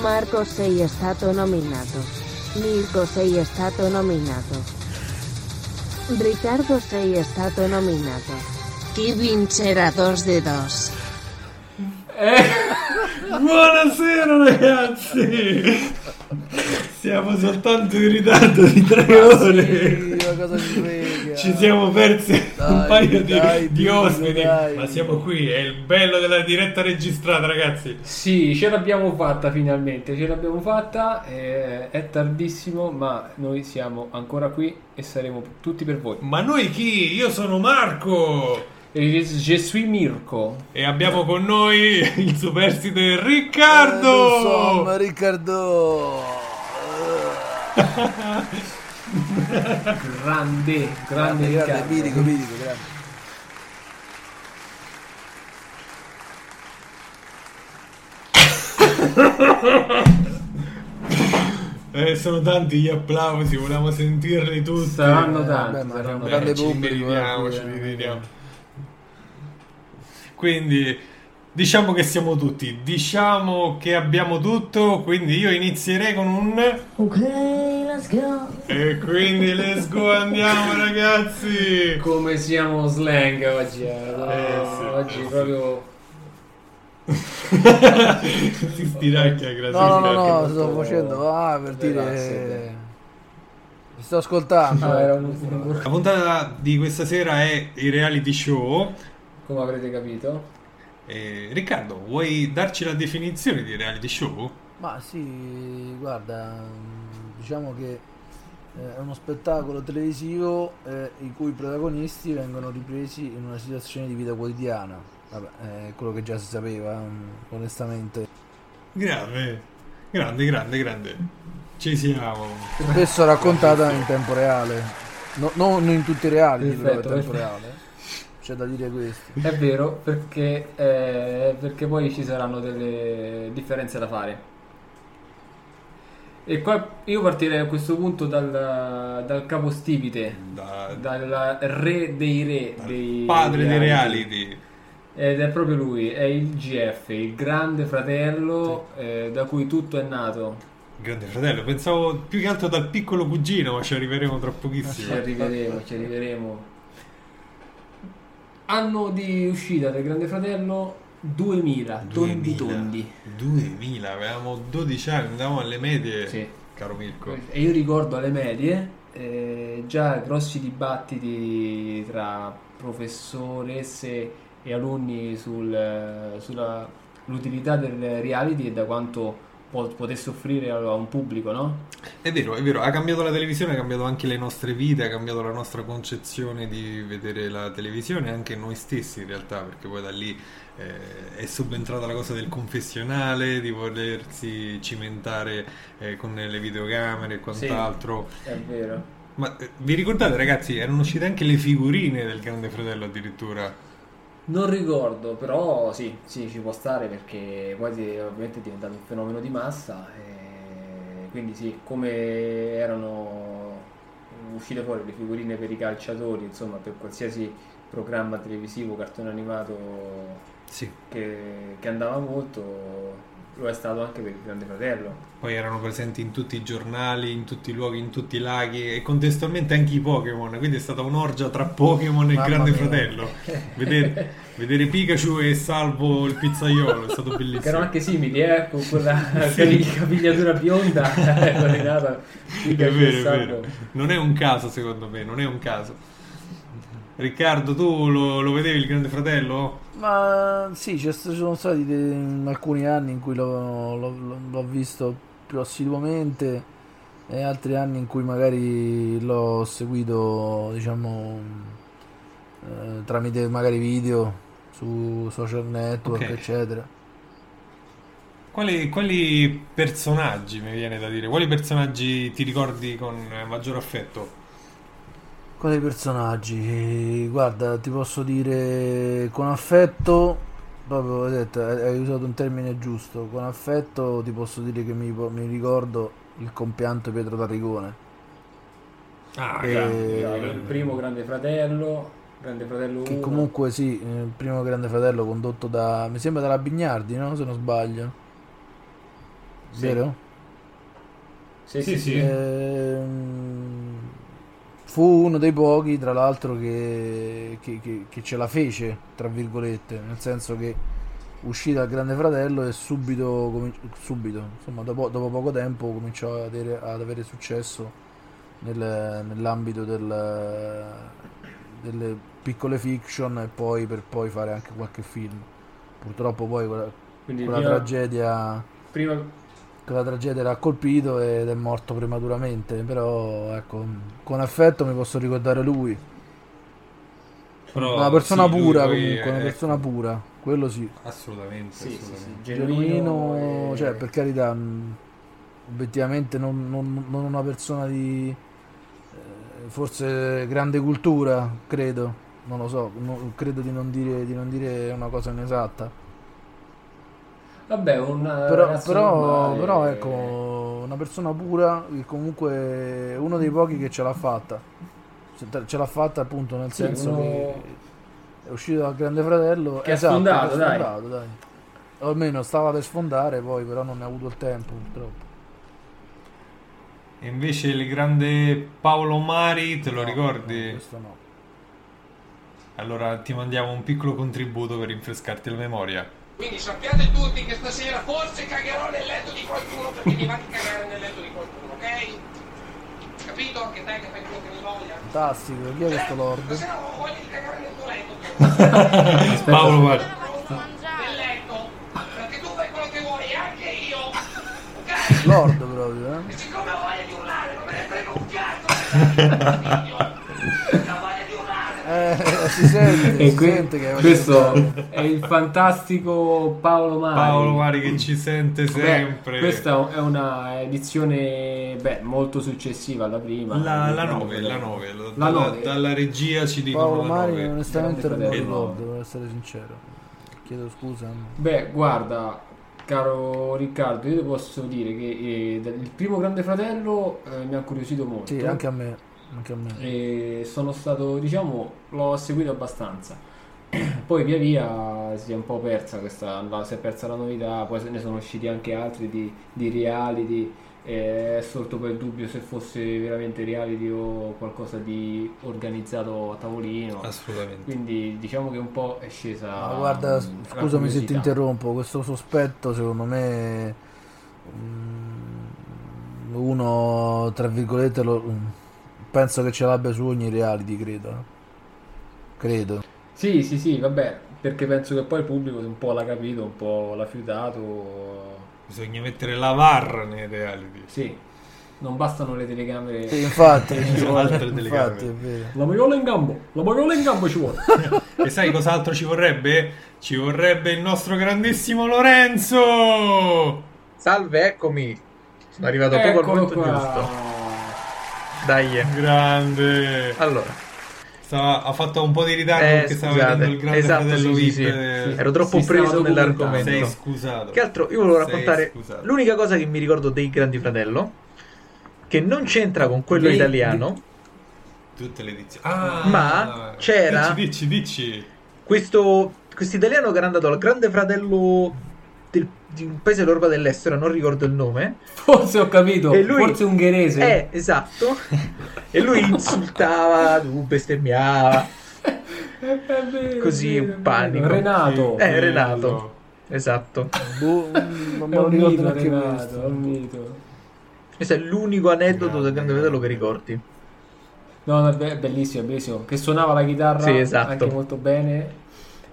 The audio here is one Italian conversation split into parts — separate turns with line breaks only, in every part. Marco 6 è stato nominato. Mirko 6 è stato nominato. Riccardo 6 è stato nominato. Chi vincerà 2 de 2?
Eh, buonasera ragazzi! Siamo soltanto in ritardo di tre ore.
ma cosa ci frega?
Ci siamo persi un
Dai,
paio di,
dai,
di
dillo,
ospiti,
dai.
ma siamo qui, è il bello della diretta registrata ragazzi.
Sì, ce l'abbiamo fatta finalmente, ce l'abbiamo fatta, eh, è tardissimo, ma noi siamo ancora qui e saremo tutti per voi.
Ma noi chi? Io sono Marco
E Je suis Mirko.
e abbiamo con noi il superstite
Eh, lo so,
Riccardo.
ma Riccardo!
Grande, grande
Grande, grande,
Riccardo.
mitico, mitico, grande.
Eh, sono tanti gli applausi, volevamo sentirli tutti.
Saranno
Vabbè,
tanti,
ma
saranno
era un
Beh,
grande
tanti.
ci
pubblico,
meriviamo,
eh,
ci
eh,
meriviamo. Quindi diciamo che siamo tutti, diciamo che abbiamo tutto, quindi io inizierei con un
Ok, let's go.
e quindi let's go andiamo ragazzi.
Come siamo slang oggi, eh, no,
Eh, sì,
oggi
eh, sì.
proprio...
si stiracchia eh, grazie.
No, no, no, no,
perché
sto
molto-
facendo, ah, per
Dai, grazie,
dire... Mi sto ascoltando.
Ah, era un- un-
La puntata di questa sera è i reality show.
Come avrete capito?
Eh, Riccardo, vuoi darci la definizione di reality show?
eh. Ma sì, guarda, mm, diciamo che eh, è uno spettacolo televisivo eh, in cui i protagonisti vengono ripresi in una situazione di vita quotidiana. Vabbè, eh, quello che già si sapeva, mm, onestamente.
Grave, grande, grande, grande. Ci siamo.
Spesso raccontata in tempo reale. No- non in tutti i reali, però in
Perfetto,
tempo
perfetto.
reale. C'è da dire questo.
È vero, perché, eh, perché poi ci saranno delle differenze da fare. E qua io partirei a questo punto dal, dal capostipite,
Da-
dal re dei re,
dal
dei,
padre dei
dei
reality.
Ed è proprio lui, è il GF, il grande fratello eh, da cui tutto è nato.
Grande fratello, pensavo più che altro dal piccolo cugino, ma ci arriveremo tra
Ci
pochissimo.
arriveremo, ci arriveremo. Anno di uscita del grande fratello 2000,
2000.
tondi tondi.
2000, avevamo 12 anni, andavamo alle medie,
Sì.
caro Mirko.
E io ricordo alle medie eh, già grossi dibattiti tra professoresse e alunni sull'utilità del reality e da quanto po- potesse offrire a un pubblico, no?
È vero, è vero, ha cambiato la televisione, ha cambiato anche le nostre vite, ha cambiato la nostra concezione di vedere la televisione, anche noi stessi in realtà, perché poi da lì eh, è subentrata la cosa del confessionale, di volersi cimentare eh, con le videocamere e quant'altro.
È vero.
Ma eh, vi ricordate ragazzi, erano uscite anche le figurine del Grande Fratello addirittura?
Non ricordo, però sì, sì, ci può stare perché poi di- ovviamente è diventato un fenomeno di massa, e quindi sì, come erano uscite fuori le figurine per i calciatori, insomma, per qualsiasi programma televisivo, cartone animato
Sì.
che, che andava molto, lo è stato anche per il Grande Fratello.
Poi erano presenti in tutti i giornali, in tutti i luoghi, in tutti i laghi e contestualmente anche i Pokémon, quindi è stata un'orgia tra Pokémon e il
Mamma
Grande
mia.
Fratello. Vedere, vedere Pikachu e Salvo il pizzaiolo è stato
Che erano
bellissimo.
anche simili, eh, con quella capigliatura bionda, eh, con le nata,
È
Pikachu e
vero, è
Salvo.
vero. Non è un caso secondo me, non è un caso. Riccardo, tu lo, lo vedevi il Grande Fratello?
Ma sì, c'è- ci sono stati de- alcuni anni in cui l'ho, l'ho- l'ho visto più assiduamente e altri anni in cui magari l'ho seguito, diciamo, eh, tramite magari video su social network,
Ok.
eccetera.
Quali, quali personaggi mi viene da dire? Quali personaggi ti ricordi con eh, maggior affetto?
Quali personaggi? Guarda, ti posso dire con affetto, proprio hai detto, hai hai usato un termine giusto, con affetto ti posso dire che mi, mi ricordo il compianto Pietro Tarrigone.
Ah,
Eh,
grande,
Allora,
grande.
il primo Grande Fratello, Grande Fratello 1.
Che comunque sì, eh, il primo Grande Fratello condotto da, mi sembra dalla Bignardi, no? Se non sbaglio.
Sì.
vero?
Sì, sì,
Sì,
sì.
sì.
Ehm, fu uno dei pochi, tra l'altro, che, che- che- che ce la fece, tra virgolette, nel senso che uscì dal Grande Fratello e subito, comin- subito insomma, dopo, dopo poco tempo cominciò ad avere, ad avere successo nel- nell'ambito del- delle piccole fiction e poi per poi fare anche qualche film. Purtroppo poi quella,
Quindi
quella
prima,
tragedia
prima-
quella tragedia l'ha colpito ed è morto prematuramente, però ecco, con affetto mi posso ricordare lui.
Però,
una persona
sì, lui
pura
poi,
comunque, una
eh,
persona pura, quello sì.
Assolutamente,
sì, sì, sì,
assolutamente.
genuino, e-
cioè per carità, mh, obiettivamente non, non- non una persona di eh, forse grande cultura, credo, non lo so, no- credo di non dire, di non dire una cosa inesatta.
Vabbè, un eh,
però,
ragazzo
però,
normale-
però, ecco, una persona pura che comunque è uno dei pochi che ce l'ha fatta. Ce- Ce l'ha fatta appunto nel
Sì,
senso
uno-
che è uscito dal Grande Fratello.
Che ha
esatto,
sfondato,
che ha
dai.
sfondato, dai. O almeno stava per sfondare poi, però non ne ha avuto il tempo purtroppo.
E invece il grande Paolo Mari, te lo
No, no,
ricordi?
questo no.
Allora ti mandiamo un piccolo contributo per rinfrescarti la memoria.
Quindi sappiate tutti che stasera forse cagherò nel letto di qualcuno perché mi va di cagare nel letto di qualcuno, ok? Capito? Che dai che fai quello che mi voglia.
Fantastico, chi è questo lord?
Stasera ho voglia di cagare nel tuo letto.
Paolo Mari.
Nel letto. Perché tu fai quello che vuoi e anche io. Ok?
Lord proprio, eh?
E siccome ho voglia di urlare, non me ne frega un cazzo. Ho voglia di urlare.
Eh, si sente,
E
si
que-
sente che
questo è il fantastico Paolo Mari.
Paolo Mari che ci sente
Beh,
sempre.
questa è una edizione beh, molto successiva alla prima.
La, la
Eh,
9,
no,
la 9. La-
La
dalla-
nove.
dalla regia ci dicono
Paolo
la
Mari
9.
onestamente non me lo
Eh, no.
ricordo, per essere sincero. Chiedo scusa. ma-
Beh, guarda, caro Riccardo, io ti posso dire che eh, dal- il primo Grande Fratello eh, mi ha incuriosito molto.
Sì, anche a me. Anche a me.
e sono stato, diciamo, l'ho seguito abbastanza. Poi via via si è un po' persa questa, la- si è persa la novità, poi se ne sono usciti anche altri di, di reality, eh, è sorto poi il dubbio se fosse veramente reality o qualcosa di organizzato a tavolino,
Assolutamente.
quindi diciamo che un po' è scesa
Ma guarda, s-
mm, la
scusami se ti
curiosità.
interrompo, questo sospetto secondo me mm, uno, tra virgolette, lo- mm, penso che ce l'abbia su ogni reality, credo. eh. Credo.
Sì, sì, sì, vabbè, perché penso che poi il pubblico un po' l'ha capito, un po' l'ha fiutato.
Bisogna mettere la VAR nei reality.
Sì, non bastano le telecamere.
Sì, infatti, ci
Sono
vuole-
altre delle
infatti,
gambe.
è vero.
La maiola in gambo, la maiola in gambo ci vuole.
E sai cos'altro ci vorrebbe? Ci vorrebbe il nostro grandissimo Lorenzo!
Salve, eccomi. Sono arrivato proprio al
Eccolo
momento
qua.
giusto. Dai. eh.
Grande!
Allora,
Stava- ha fatto un po' di ritardo
eh,
perché stava
scusate.
vedendo il grande
Esatto,
fratello
sì, sì,
VIP.
sì.
eh, Ah,
Ero troppo
Si stava
preso
documentando.
nell'argomento.
Sei scusato.
Che altro, io volevo
Sei
raccontare
scusato.
l'unica cosa che mi ricordo dei Grandi Fratello, che non c'entra con quello
Dei-
italiano.
Tutte le edizioni. Ah,
Ma c'era-
Dici, dici, dici.
Questo italiano che era andato al Grande Fratello del- di un paese dell'Europa dell'estero, non ricordo il nome.
Forse ho capito,
E lui-
forse ungherese.
Eh, esatto. e lui insultava, tu bestemmiava.
È vero,
Così,
è vero,
un
è vero.
panico.
Renato.
Eh,
Bello.
Renato. Esatto.
Boh, non
È
me lo
un
ricordo
mito,
neanche
Renato, è un
questo.
mito.
Questo è l'unico aneddoto del Grande Fratello che ricordi.
No, no, è be- bellissimo, è bellissimo. Che suonava la chitarra
Sì, esatto.
anche molto bene.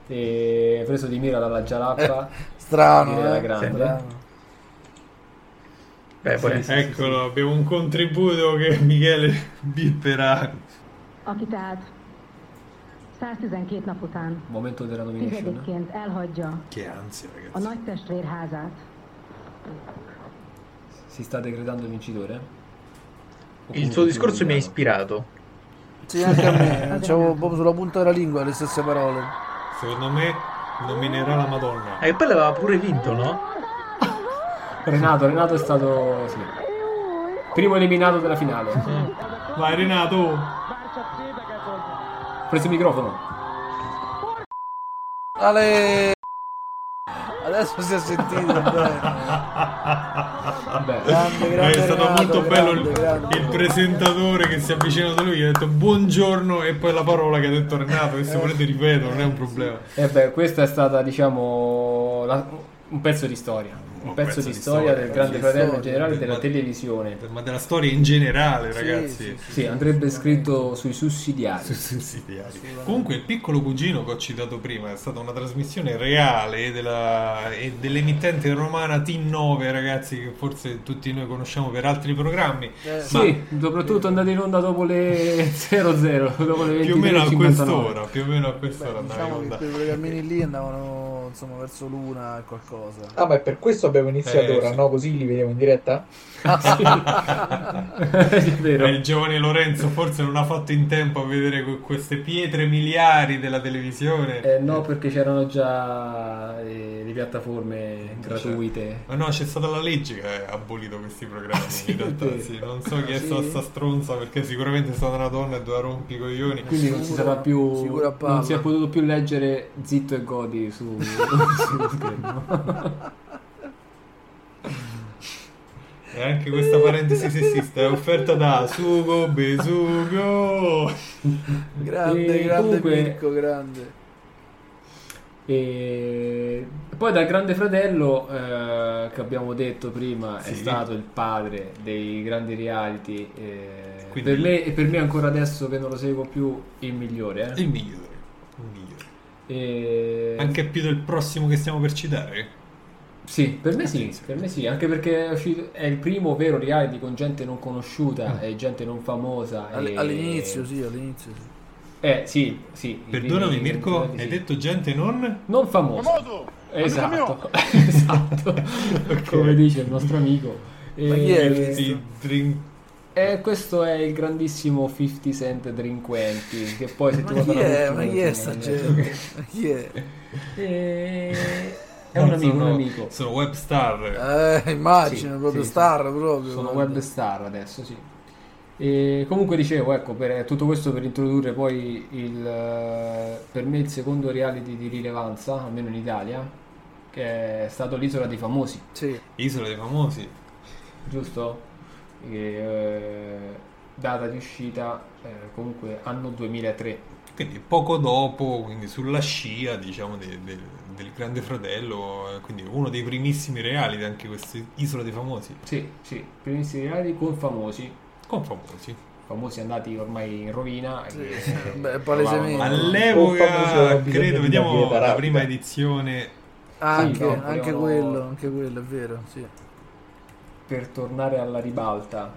E preso di mira dalla gialappa. Dire
Strano,
la
eh?
grande.
Strano.
Beh, poi
Sì, sì.
Eccolo, abbiamo un contributo che Michele bipperà.
Akitát 112 nap után
Momento della nomination. eh.
tizedikként elhagyja
Che ansia,
a
ragazzi.
nagy testvérházát.
Si sta degradando il vincitore. O
il
comunque
suo discorso mi ha
il
ispirato.
Sì, anche a me, eh, c'avevo proprio sulla punta della lingua le stesse parole.
Secondo me nominerà la Madonna.
E Eh, poi l'aveva pure vinto, no?
Renato, Renato è stato sì. primo eliminato della finale.
Vai Renato!
Preso il microfono.
Ale! Adesso si è sentito bene.
Vabbè.
Grande, grande
è stato
Renato,
molto bello il,
grande, grande.
il presentatore che si è avvicinato a lui gli ha detto buongiorno e poi la parola che ha detto Renato che se
Eh.
volete ripeto non è un problema
E beh, questa è stata, diciamo, la- un pezzo di storia. Un, pezzo, di storia del
un
Grande
pezzo di
Fratello in
storia,
generale e della
del-
televisione.
ma della storia in generale
Sì,
ragazzi
sì,
Sì, andrebbe scritto sui sussidiari.
Sui sussidiari. Comunque il piccolo cugino che ho citato prima è stata una trasmissione reale della- e dell'emittente romana T9, ragazzi, che forse tutti noi conosciamo per altri programmi.
Eh,
Ma-
Sì, soprattutto andate in onda dopo le 00, dopo le 23.59.
Più o meno a quest'ora, più o meno a quest'ora
Beh,
andava in
diciamo che
onda.
quei programmini lì andavano insomma verso l'una e qualcosa.
Ah, ma è per questo abbiamo iniziato
Eh,
ora,
sì.
no? Così li vediamo in diretta?
È vero.
Eh, il giovane Lorenzo forse non ha fatto in tempo a vedere que- queste pietre miliari della televisione.
Eh, no, perché c'erano già eh, le piattaforme gratuite.
Ma no, c'è stata la legge che ha abolito questi programmi.
Sì, Ah,
in realtà,
è vero.
sì. Non so chi è
Sì.
stata sta stronza perché sicuramente è stata una donna e doveva rompere i coglioni.
Quindi non si
Sicuro,
sarà più.
sicuro a palla.
Non si è potuto più leggere zitto e godi su, su schermo.
E anche questa parentesi sessista è offerta da Sugo Besugo.
Grande,
E
grande
comunque-
picco, grande.
E poi dal Grande Fratello, eh, che abbiamo detto prima, è
Sì.
stato il padre dei grandi reality. eh,
Quindi-
per me, e per me ancora adesso che non lo seguo più, il migliore. eh.
Il migliore. Il migliore.
E-
Anche più del prossimo che stiamo per citare.
Sì, per me sì, per me sì, anche perché è, uscito- è il primo vero reality con gente non conosciuta e gente non famosa.
All-
e-
Ah. All'inizio, sì, all'inizio. Sì.
Eh, sì, sì. i
Perdonami
primi-
Mirko,
sì.
hai detto gente non?
Non famosa. Esatto, esatto. Come dice il nostro amico.
Ma chi è
E-
questo?
Sì, drink-
e questo è il grandissimo 50 Cent Drinquenti, che poi se ti
Ma chi
guarda la
è?
ultima,
Ma chi è
eh,
sta gente? Ma chi è?
eh, È un
non
amico,
sono,
un amico.
Sono web star.
Eh, immagino,
Sì,
proprio
sì,
star,
sì.
proprio.
Sono
guarda.
web star adesso, sì. E comunque dicevo, ecco, per, tutto questo per introdurre poi il, eh, per me il secondo reality di rilevanza, almeno in Italia, che è stato l'Isola dei Famosi,
Sì.
Isola dei famosi.
giusto? Che, eh, data di uscita eh, comunque anno 2003.
Quindi poco dopo, quindi sulla scia, diciamo, de- de- del Grande Fratello, eh, quindi uno dei primissimi reality, anche questa Isola dei famosi.
Sì, sì, primissimi reality con famosi,
Con famosi.
famosi andati ormai in rovina. e
Sì,
che-
sì, beh, palesemente.
provavano-
Eh, Con famosi aveva
All'epoca,
bisogno
credo,
di una
vediamo
dieta
la
rapida.
prima edizione
Ah, Anche,
no,
anche
volevano-
quello, anche quello, è vero, sì.
per tornare alla ribalta,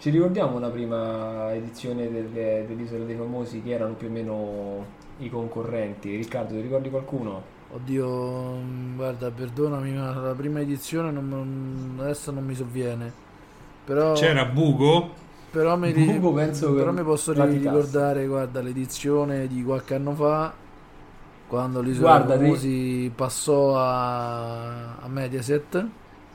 ci ricordiamo una prima edizione delle- dell'Isola dei Famosi che erano più o meno i concorrenti? Riccardo, ti ricordi qualcuno?
Oddio, mh, guarda, perdonami, ma la prima edizione non- non- adesso non mi sovviene. Però,
Oh.
C'era Bugo,
però, mi, ri-
Bugo penso che
però mi posso ri-
praticasse.
ricordare, guarda, l'edizione di qualche anno fa, quando l'isola
Guarda,
dei
ri-
famosi passò a, a Mediaset,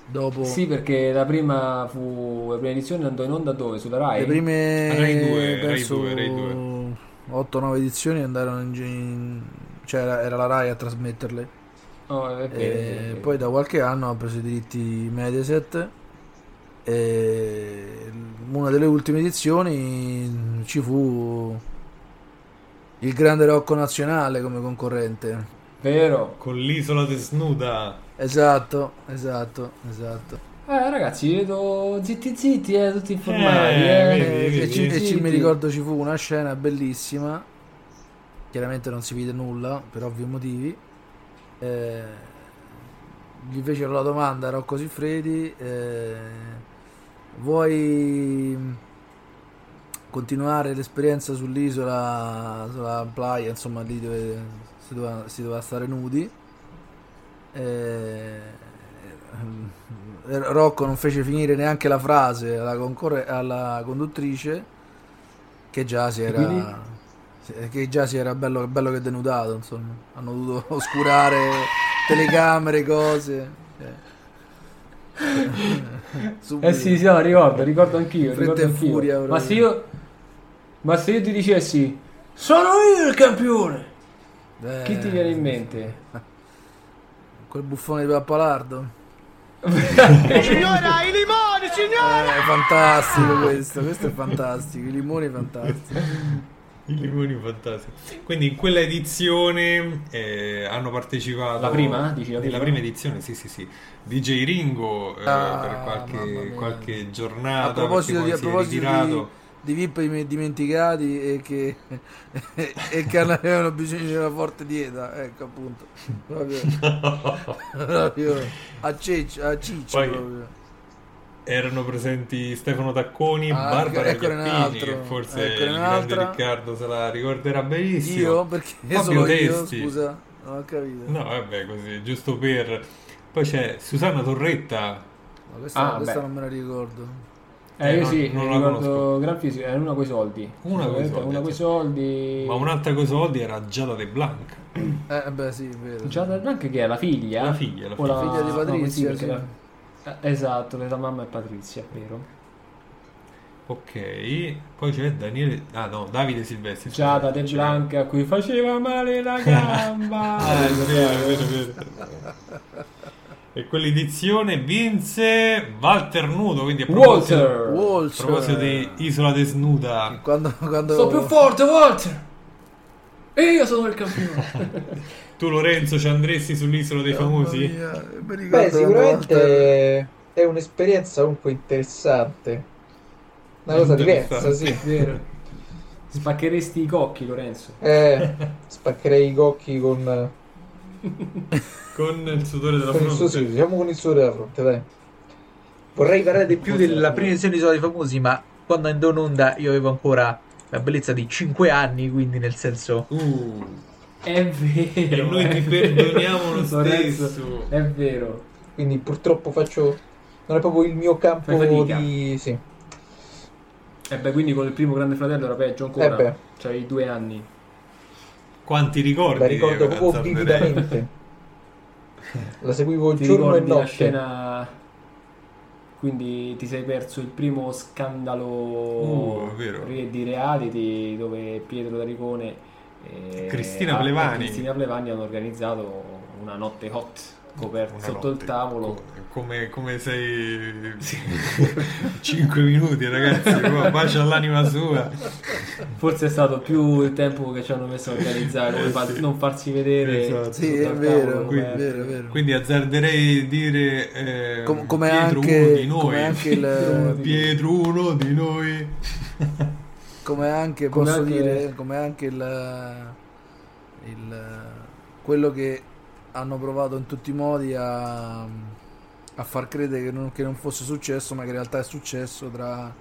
dopo
Sì, perché la prima, fu, la prima edizione andò in onda dove? Sulla Rai?
le prime
Rai due, Rai
penso,
due, Rai due.
8-9 edizioni andarono in, gi- in- cioè era, era la Rai a trasmetterle.
Oh, è vero, è vero, è
E
vero.
Eh, poi da qualche anno ha preso i diritti Mediaset e una delle ultime edizioni ci fu il grande Rocco Nazionale come concorrente.
Vero.
con l'isola desnuda.
Esatto, esatto, esatto.
Eh, ragazzi, vi vedo zitti zitti, eh, tutti informati.
Eh,
eh.
vedi,
E,
vedi.
e ci, e ci-
Zitti.
mi ricordo ci fu una scena bellissima, chiaramente non si vide nulla per ovvi motivi. Eh, gli fecero la domanda a Rocco Siffredi, eh, vuoi continuare l'esperienza sull'isola, sulla playa, insomma lì dove si doveva, si doveva stare nudi? Eh, eh, Rocco non fece finire neanche la frase alla, concorre- alla conduttrice che già si
quindi?
era sì, che già si era bello, bello che denudato insomma hanno dovuto oscurare telecamere cose cioè. Subito.
Eh sì, sì, no, ricordo, ricordo anch'io.
Fretta
ricordo
e
anch'io.
furia, proprio.
ma se io. Ma se io ti dicessi. Sono io il campione!
Beh,
Chi ti viene in mente?
Quel buffone di Pappalardo.
Signora, i limoni, signora!
È Eh, fantastico questo, questo è fantastico, i limoni fantastici.
I limoni fantastici. Quindi in quella edizione eh, hanno partecipato.
La prima? eh, Dici la
Nella
prima?
prima edizione, sì, sì, sì. DJ Ringo eh,
Ah,
per
mamma
qualche,
mia.
qualche giornata.
A proposito di,
perché
a
poi si è
proposito di,
ritirato.
di VIP im- dimenticati e che, e che avevano bisogno di una forte dieta, ecco appunto. Proprio, proprio a ciccio, a ciccio
Poi-
proprio.
Erano presenti Stefano Tacconi,
Ah,
Barbara
eccone un
Ghiappini, che
altro,
forse il
eccone
grande
un'altra.
Riccardo se la ricorderà benissimo.
Io? Perché
Fabio
solo io,
Testi.
scusa, non ho capito.
No, vabbè, così, giusto per... Poi c'è Susanna Torretta,
Ma questa,
Ah,
questa
beh.
non me la ricordo.
Eh, io
non-
sì,
non la
ricordo
conosco.
Gran Fisico, era una coi soldi.
Una coi
Veramente,
soldi,
Una coi soldi.
ma un'altra cosa soldi era Giada De Blanc.
Eh beh sì, è vero.
Giada Blanc che è la figlia?
La figlia, la
O
figlia.
Figlia di
no,
Patrizia,
perché
sì.
la- eh, Esatto, la mamma è Patrizia, è vero.
Ok, poi c'è Daniele... Ah no, Davide Silvestri. Cioè,
Giada De
C'è-
Blanc a cui faceva male la gamba.
Ah, è vero, è vero, è vero. E quell'edizione vinse Walter Nudo, quindi a proposito,
Walter!
a proposito di Isola Desnuda,
Quando, quando...
Sto più forte, Walter! E io sono il campione.
tu Lorenzo ci andresti sull'isola dei famosi?
Mamma mia, mi ricordo
Beh,
quando Walter-
sicuramente è un'esperienza comunque interessante. Una cosa diversa, sì.
vero. Spaccheresti i cocchi, Lorenzo.
Eh, spaccherei i cocchi con,
Con il sudore della
con il suo sì,
fronte.
diciamo con il suo della fronte, dai. Vorrei parlare di più della prima edizione di Soldi Famosi, ma quando andò in onda io avevo ancora la bellezza di 5 anni, quindi nel senso...
Uh,
È vero.
E noi
è
ti
vero.
perdoniamo lo
Lorenzo,
stesso.
È vero.
Quindi purtroppo faccio... Non è proprio il mio campo
Fai fatica.
di... Sì.
E Eh beh, quindi con il primo grande fratello era peggio ancora.
Eh beh.
Cioè, i due anni.
quanti ricordi?
La ricordo
che
proprio
azzarderei.
vividamente. La seguivo
Ti
giorno e
ricordi la
notte.
scena... Quindi ti sei perso il primo scandalo
Uh, è vero.
re- di reality dove Pietro D'Aricone e
Cristina
ah, e
Plevani.
Cristina Plevani hanno organizzato una notte hot coperta
Una
sotto
notte.
il tavolo.
Come, come sei 5 minuti ragazzi qua, bacia all'anima sua
Forse è stato più il tempo che ci hanno messo a organizzare, come fa- non farsi vedere.
Eh, Esatto.
Sì,
sotto
è
al
vero,
tavolo
è
coperto.
vero, è vero.
quindi azzarderei dire eh,
Com- come,
Pietro uno
anche,
di noi
come anche il...
Pietro uno di noi
come anche
Come
posso
anche-
dire come anche il, il quello che hanno provato in tutti i modi a, a far credere che non, che non fosse successo ma che in realtà è successo tra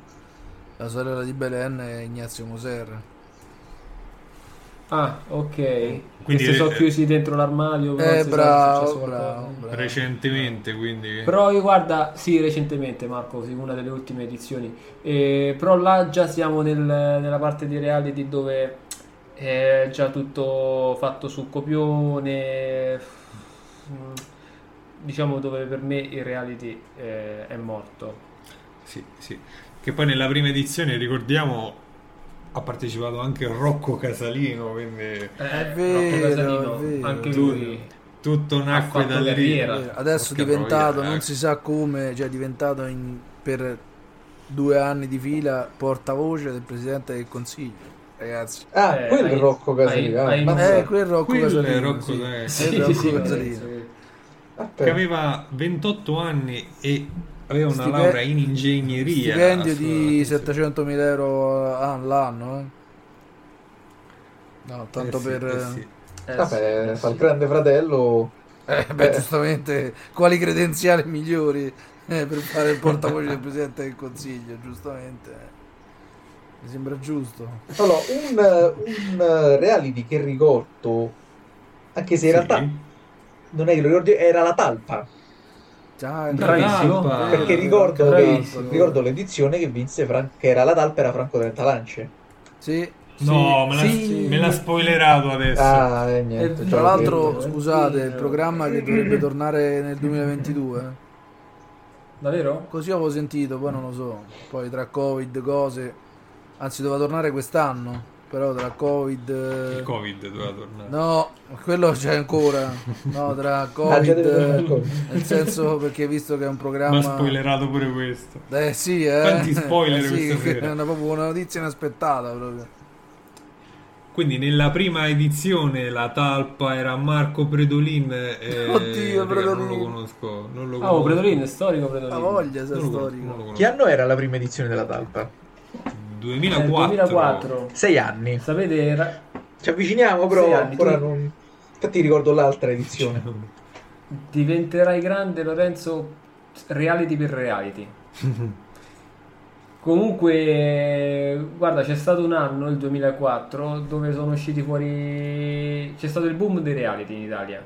la sorella di Belen e Ignazio Moser
Ah, ok.
Quindi,
Quindi se sono
eh,
chiusi dentro l'armadio, però
eh
se sarà
bravo
successo
bravo,
qualcosa.
bravo.
recentemente quindi
Però io guarda, sì, recentemente Marco, sì, una delle ultime edizioni, Eh, però là già siamo nel- nella parte di reality dove è già tutto fatto su copione, mm, diciamo dove per me il reality eh, è morto.
Sì, sì. Che poi nella prima edizione, ricordiamo, ha partecipato anche Rocco Casalino, quindi
È
vero,
Casalino,
è vero.
anche
Tu-
lui.
tutto nacque
fatto
da lì.
carriera.
Eh, adesso è
Ah, Porca
diventato
troia,
non
eh.
si sa come cioè è diventato in- per due anni di fila portavoce del presidente del consiglio ragazzi
Ah,
Eh,
quello è
hai-
Rocco Casalino.
hai-
ah,
hai-
ma-
Eh, quel Rocco
Quello è
Casalino,
Rocco,
sì.
eh,
Quel
Sì,
Rocco
sì,
Casalino.
Eh,
aspetta.
Che aveva 28 anni e aveva una
Stipe-
laurea in ingegneria.
stipendio di
Assolutamente.
700.000 euro all'anno eh. no tanto
Eh sì,
per
eh sì.
Eh,
Vabbè,
sì,
fa il
sì.
grande fratello.
eh, beh, giustamente quali credenziali migliori eh, per fare il portavoce del presidente del consiglio giustamente mi sembra giusto
Allora, un, un eh, reality che ricordo, anche se in realtà non è che lo ricordo, era la talpa.
Già,
Bravissimo.
bravo.
Perché ricordo,
Bravo.
che,
Bravissimo.
ricordo l'edizione che vinse, Fran- che era la talpa, era Franco Trentalance.
Sì.
No, me, l'ha,
Sì.
me l'ha spoilerato adesso.
Ah, eh,
E
niente.
tra
ciao,
l'altro,
Pietro.
scusate, il programma che dovrebbe tornare nel 2022. eh.
Davvero?
Così avevo sentito, poi non lo so. Poi tra Covid, cose. Anzi, doveva tornare quest'anno. però tra Covid... eh,
Il Covid doveva tornare.
No, quello c'è ancora. No, tra
Ah, già deve tornare il
Covid.
Covid.
Nel senso perché visto che è un
Ma ha
programma...
spoilerato pure questo.
Eh sì, eh.
Quanti spoiler
Eh, sì,
questa sera.
È una, proprio una notizia inaspettata proprio.
Quindi nella prima edizione la talpa era Marco Predolin. eh,
Oddio,
perché Non lo
Predolin.
conosco. Non lo
Ah, oh,
conosco.
Predolin, è storico Predolin.
La voglia, se
Non
è
lo conosco, non
storico.
lo conosco.
Che anno era la prima edizione della talpa?
Nel
2004.
2004.
Sei anni.
Sapete, era-
Ci avviciniamo,
Sei
però
anni,
ancora
tu-
non. Infatti ricordo l'altra edizione.
diventerai grande Lorenzo reality per reality. Comunque, guarda, c'è stato un anno, il 2004, dove sono usciti fuori... C'è stato il boom dei reality in Italia,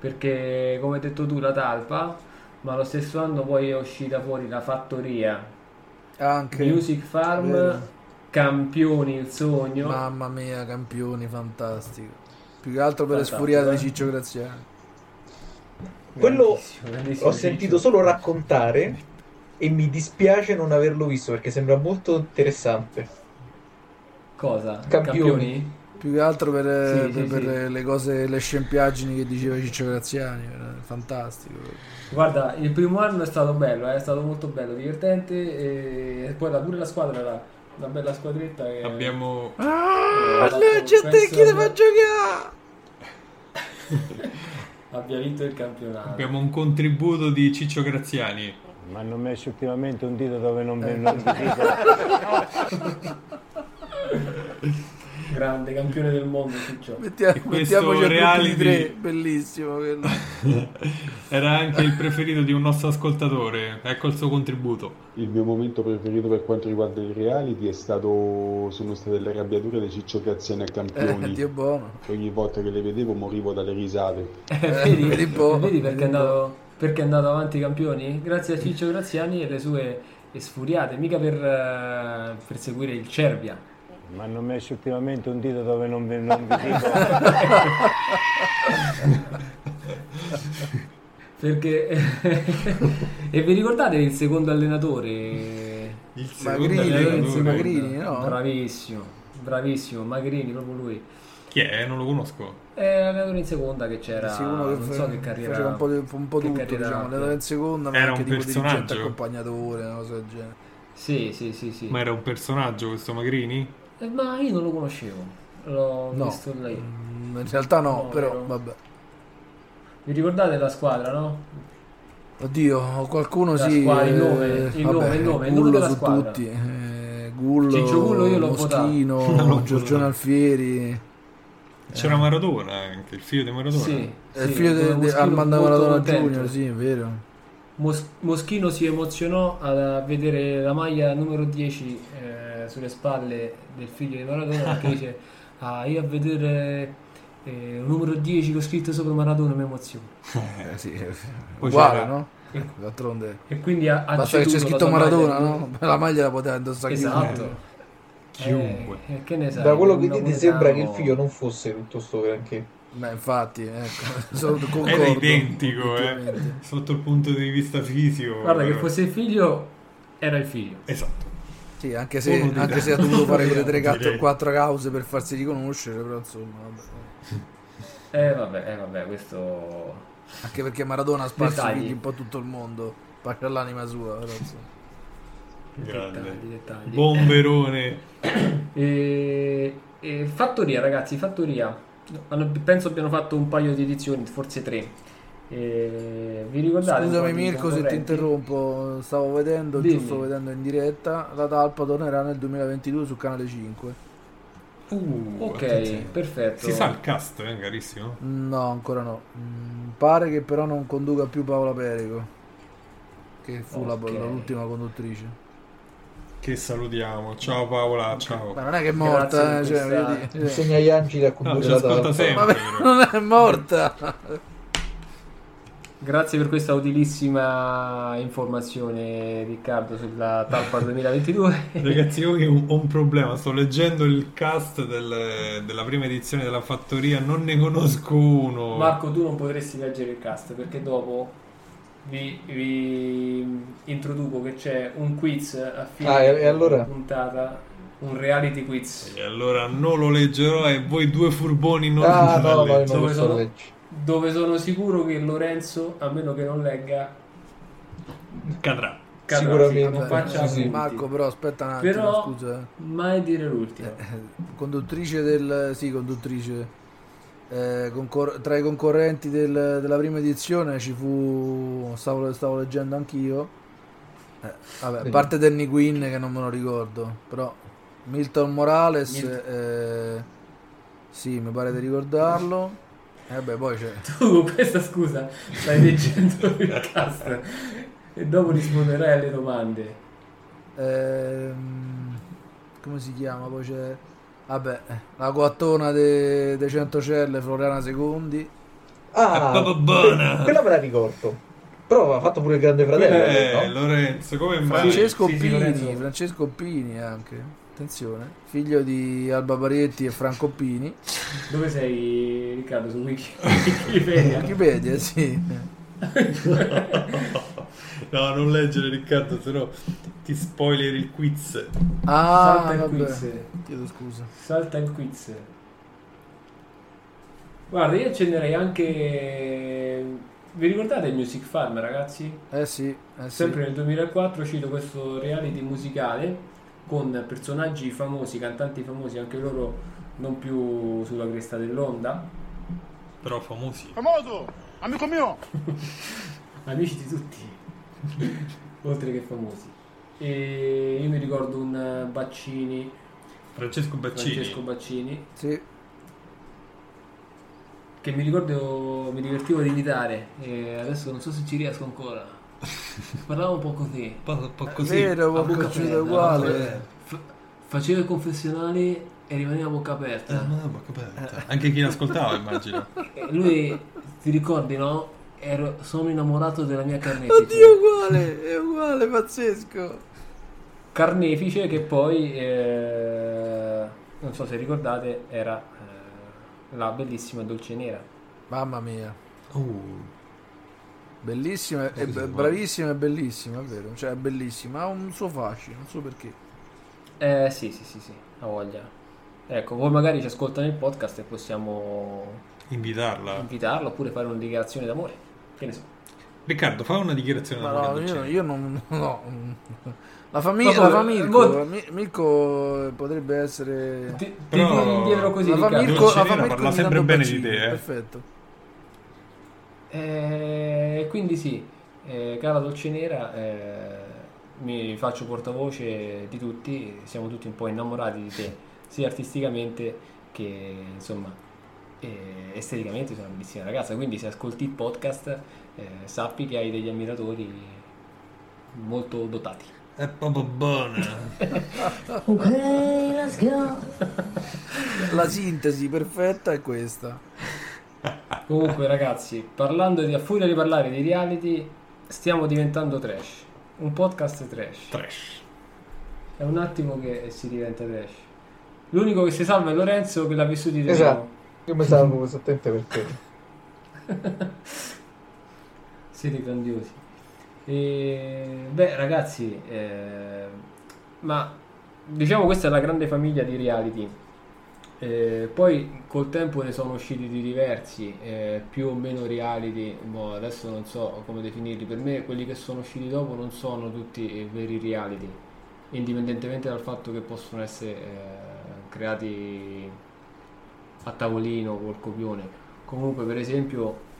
perché come hai detto tu la talpa, ma lo stesso anno poi è uscita fuori la fattoria,
Anche...
Music Farm,
Vero.
Campioni, il sogno.
Mamma mia, campioni, fantastico. Più che altro per le
Fantastico,
sfuriate
eh.
di Ciccio Graziani.
Quello
Cioè, Grandissimo, grandissimo
Ho sentito
Ciccio.
solo raccontare e mi dispiace non averlo visto perché sembra molto interessante.
Cosa?
Campioni.
Più che altro per, eh,
Sì,
per-
sì,
per le cose, le scempiaggini che diceva Ciccio Graziani. era Fantastico.
Guarda, il primo anno è stato bello, eh, è stato molto bello, divertente e, e poi la, pure la squadra era una bella squadretta che...
Abbiamo
Ah,
fatto-
leggi a te
penso-
chi ti fa giocare!
abbia vinto il campionato.
Abbiamo un contributo di Ciccio Graziani.
Mi hanno messo ultimamente un dito dove non mi non mi dicono.
Grande campione del mondo Ciccio.
Mettia-
E questo
mettiamoci a tutti
reality-
di tre, bellissimo quello.
Era anche il preferito di un nostro ascoltatore. Ecco il suo contributo.
Il mio momento preferito per quanto riguarda i reality è stato, sono state le arrabbiature di Ciccio Graziani a
Eh,
Campioni.
Dio buono.
Ogni volta che le vedevo morivo dalle risate.
Eh, vedi,
vedi un po',
vedi
vedi
perché, è
un po'.
andato, perché è andato avanti campioni? Grazie a Ciccio Graziani e le sue sfuriate, mica per, eh, per seguire il Cervia.
Mi hanno messo ultimamente un dito dove non vi non vi dicono.
Perché... e vi ricordate il secondo allenatore?
Il secondo
Magrini,
allenatore.
Lorenzo Magrini, no?
Bravissimo, bravissimo, Magrini, proprio lui.
Chi è? Non lo conosco.
È l'allenatore in seconda che c'era,
Sì, uno che
non
fa-
so che carriera.
faceva un po', di, un po
che
tutto,
carriera
diciamo,
abbia.
allenatore in seconda, ma
Era
anche
un
tipo dirigente
personaggio.
accompagnatore, una cosa del genere.
Sì, sì, sì, sì.
Ma era un personaggio questo Magrini?
Eh, Ma io non lo conoscevo. L'ho
No,
visto lei.
mm, in realtà no,
No,
però
vero.
vabbè.
Vi ricordate la squadra, no?
Oddio, qualcuno
La
sì.
squadra, il
eh,
nome, il nome, il nome, il nome
Gullo
della
su
squadra.
tutti. eh, Gullo,
Ciccio Gullo io l'ho
votato.
Moschino, eh, Giorgione Alfieri.
C'era Maradona anche, il figlio di Maradona.
Sì,
È il
sì,
figlio
dove
di
Moschino
Armando
molto
Maradona
contento.
Junior, sì, è vero.
Mos- Moschino si emozionò a vedere la maglia numero 10 eh, sulle spalle del figlio di Maradona perché dice ah io a vedere eh, un numero 10 che ho scritto sopra Maradona mi emoziono
Eh, sì, è vero.
Poi
uguale,
c'era-
no? Ecco, D'altronde.
e quindi ha, ha
Basta che c'è
ceduto la
scritto
sua
Maradona,
maglia.
no? La maglia la poteva indossare
esatto
Chiunque.
Eh, eh, che ne sai
Da quello
un
che dite
napoletano-
sembra che il figlio non fosse tutto sto granché.
Ma infatti, ecco, sono concordo.
Era identico, eh.
effettivamente.
Sotto il punto di vista fisico.
guarda che
però-
fosse il figlio era il figlio
Esatto.
Sì, anche se,
Uno di
anche se ha
tanti.
dovuto fare quelle
Uno di
3
tanti.
4, cause per farsi riconoscere, però insomma, vabbè.
eh vabbè eh, vabbè questo
anche perché Maradona ha sparso i
Dettagli.
figli un po' tutto il mondo, pace all'anima sua, però insomma.
Grande. Boh.
dettagli, dettagli.
Bomberone.
E, e Fattoria, ragazzi, Fattoria. Hanno- penso abbiano fatto un paio di edizioni, forse tre. E, vi ricordate? un po'
Scusami
di
Mirko se ti
concorrenti?
interrompo, stavo vedendo,
Dimmi.
giusto vedendo in diretta, la talpa tornerà nel 2022 su canale 5.
Uh,
Ok,
attenzione.
perfetto.
Si sa il cast, eh, carissimo.
No, ancora no. Mm, pare che però non conduca più Paola Perico, che fu la-
Ok.
l'ultima conduttrice.
Che salutiamo. Ciao Paola, ciao.
Ma non è che è
Grazie
morta, eh,
di
cioè,
questa-
voglio dire, cioè,
Insegna agli angeli a
No,
condurre
ci
la
ascolta
talpa.
sempre.
Vabbè,
però.
non è morta.
Grazie per questa utilissima informazione, Riccardo, sulla tappa 2022.
Ragazzi, io che ho ho un problema. Sto leggendo il cast del- della prima edizione della Fattoria. Non ne conosco uno.
Marco, tu non potresti leggere il cast perché dopo vi, vi introduco che c'è un quiz a fine
Ah, e- e allora?
puntata un reality quiz
E allora non lo leggerò e voi due furboni Eh, non
Ah, no,
lo
no,
leggete.
no,
Dove
questo
sono?
lo leggi.
dove sono sicuro che Lorenzo, a meno che non legga,
Cadrà.
cadrà,
Sicuramente,
sì, non faccia
sì, sì.
punti.
Marco, però aspetta un attimo,
Però
scusa. eh.
mai dire l'ultimo.
Conduttrice del... Sì, conduttrice. Eh, concor- tra i concorrenti del- della prima edizione ci fu... Stavo, stavo leggendo anch'io. Eh, vabbè, a parte Danny Quinn che non me lo ricordo, però Milton Morales...
Milton.
eh, sì, mi pare di ricordarlo. E vabbè, poi c'è...
Tu con questa scusa stai leggendo il cast e dopo risponderai alle domande.
Ehm, come si chiama? Poi c'è. Vabbè, eh, la guattona dei de Centocelle, Floriana Secondi.
Ah, proprio buona.
Quella me la ricordo. Però aveva fatto pure il Grande Fratello.
Eh,
no?
Lorenzo, come mai?
Francesco
sì, sì,
Pini,
Lorenzo.
Francesco Pini anche. Attenzione, figlio di Alba Parietti e Franco Pini.
Dove sei, Riccardo? Su Wiki- Wikipedia.
Wikipedia, sì.
No, non leggere Riccardo, sennò ti spoiler il quiz.
Ah,
Salta il quiz.
vabbè. Chiedo scusa.
Salta il quiz. Guarda, io accenderei anche... Vi ricordate il Music Farm, ragazzi?
Eh sì, eh sì.
Sempre nel 2004 è uscito questo reality musicale con personaggi famosi, cantanti famosi, anche loro non più sulla cresta dell'onda,
Però famosi.
amici di tutti, oltre che famosi. E io mi ricordo un eh, Baccini,
Francesco Baccini.
Francesco Baccini,
Sì.
che mi ricordo mi divertivo ad imitare e adesso non so se ci riesco ancora. Parlavo un po' così.
Un po', un po' così.
Vero,
a
porco
bocca
cielo,
aperta,
è
no?
uguale.
Fa- facevo il confessionale e rimaneva a bocca
Ah,
aperta.
mamma, che
Eh,
bella. Anche chi l'ascoltava, immagino.
E lui, ti ricordi no? Ero- sono innamorato della mia carnefice.
Oddio, è uguale, è uguale, pazzesco.
Carnefice che poi, eh, non so se ricordate, era eh, la bellissima Dolce Nera.
Mamma mia.
Uh,
Bellissima, è be- bravissima e bellissima, è vero, cioè è bellissima, ha un suo fascino, non so perché.
Eh sì, sì, sì, sì, ha voglia. Ecco, voi magari ci ascoltano il podcast e possiamo
invitarla.
invitarlo oppure fare una dichiarazione d'amore. Che ne so.
Riccardo, fa una dichiarazione cioè,
Ma
d'amore a
no, io,
Dolcini.
io non... no. La famiglia,
Ma
la
come-
famiglia,
mo-
Mirko potrebbe essere...
Ti, ti
Però-
tiri indietro così,
la
Riccardo.
Mirko- Dolce Nera parla
di
sempre
Nando
bene di
Pacini,
te, eh.
Perfetto.
Eh, quindi sì, eh, cara Dolce Nera, eh, mi faccio portavoce di tutti, siamo tutti un po' innamorati di te, sia artisticamente che insomma eh, esteticamente sei una bellissima ragazza, quindi se ascolti il podcast eh, sappi che hai degli ammiratori molto dotati.
È proprio buona.
Ok, let's go.
La sintesi perfetta è questa.
Comunque ragazzi, parlando di, a furia di parlare di reality, stiamo diventando trash, un podcast trash.
Trash.
È un attimo che si diventa trash. L'unico che si salva è Lorenzo che l'ha vissuto di
Esatto. Io mi salvo questo attento perché.
Siete grandiosi. E, beh, ragazzi, eh, ma diciamo questa è la grande famiglia di reality. Eh, poi col tempo ne sono usciti di diversi, eh, più o meno reality, boh, adesso non so come definirli, per me quelli che sono usciti dopo non sono tutti eh, veri reality, indipendentemente dal fatto che possono essere eh, creati a tavolino col copione. Comunque, per esempio,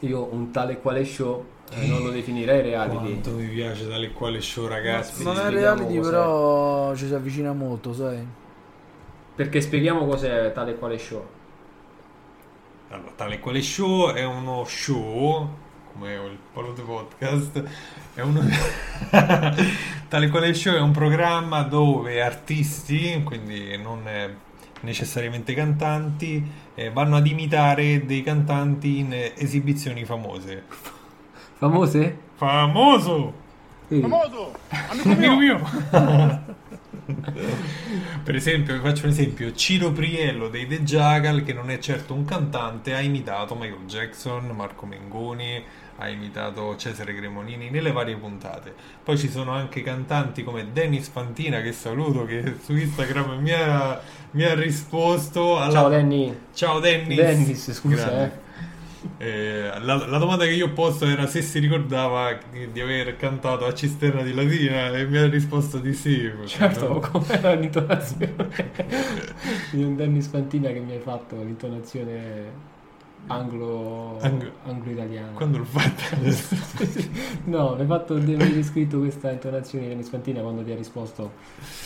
io un tale e quale show eh, non lo definirei
Ah,
reality.
Quanto mi piace dalle quale show, ragazzi.
Non è
vediamo
reality,
cos'è.
però ci si avvicina molto, sai?
Perché spieghiamo cos'è tale e quale show.
Allora, tale e quale show è uno show, come il Polo The Podcast, è uno... tale e quale show è un programma dove artisti, quindi non eh, necessariamente cantanti, eh, vanno ad imitare dei cantanti in eh, esibizioni famose.
Famose?
Famoso!
Sì.
Amico mio! per esempio, vi faccio un esempio, Ciro Priello dei The Jagal, che non è certo un cantante, ha imitato Michael Jackson, Marco Mengoni, ha imitato Cesare Cremonini nelle varie puntate. Poi ci sono anche cantanti come Denis Fantina, che saluto, che su Instagram mi ha, mi ha risposto. Alla...
Ciao Danny.
Ciao Dennis.
Dennis, scusa,
Grande. Eh, la, la domanda che io ho posto era se si ricordava di aver cantato a Cisterna di Latina e mi ha risposto di sì.
Certo, com'era l'intonazione di un Danny Spantina che mi hai fatto, l'intonazione anglo,
Ang-
anglo-italiana.
Quando l'ho fatta
no, l'hai fatto, mi hai descritto questa intonazione di Danny Spantina quando ti ha risposto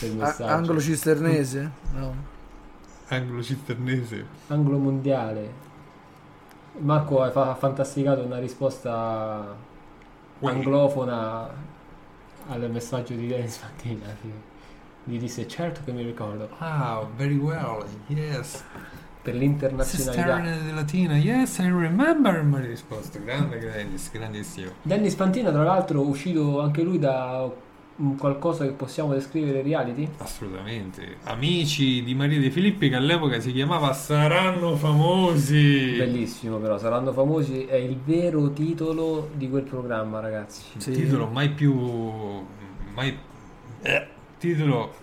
per
A-
messaggio.
anglo cisternese? No.
anglo-cisternese.
Anglo mondiale. Marco ha fa- ha fantasticato una risposta
Uè.
anglofona al messaggio di Dennis Mattina. Gli disse certo che mi ricordo
Ah, very well, yes.
per l'internazionalità.
Cisterna di Latina, yes, I remember. Mi ha risposto. Grande, Dennis, grandissimo.
Dennis Fantina, tra l'altro, uscito anche lui da un qualcosa che possiamo descrivere reality.
Assolutamente. Amici di Maria De Filippi, che all'epoca si chiamava Saranno Famosi.
Bellissimo, però saranno famosi. È il vero titolo di quel programma, ragazzi.
Sì.
Titolo mai più. mai. eh, titolo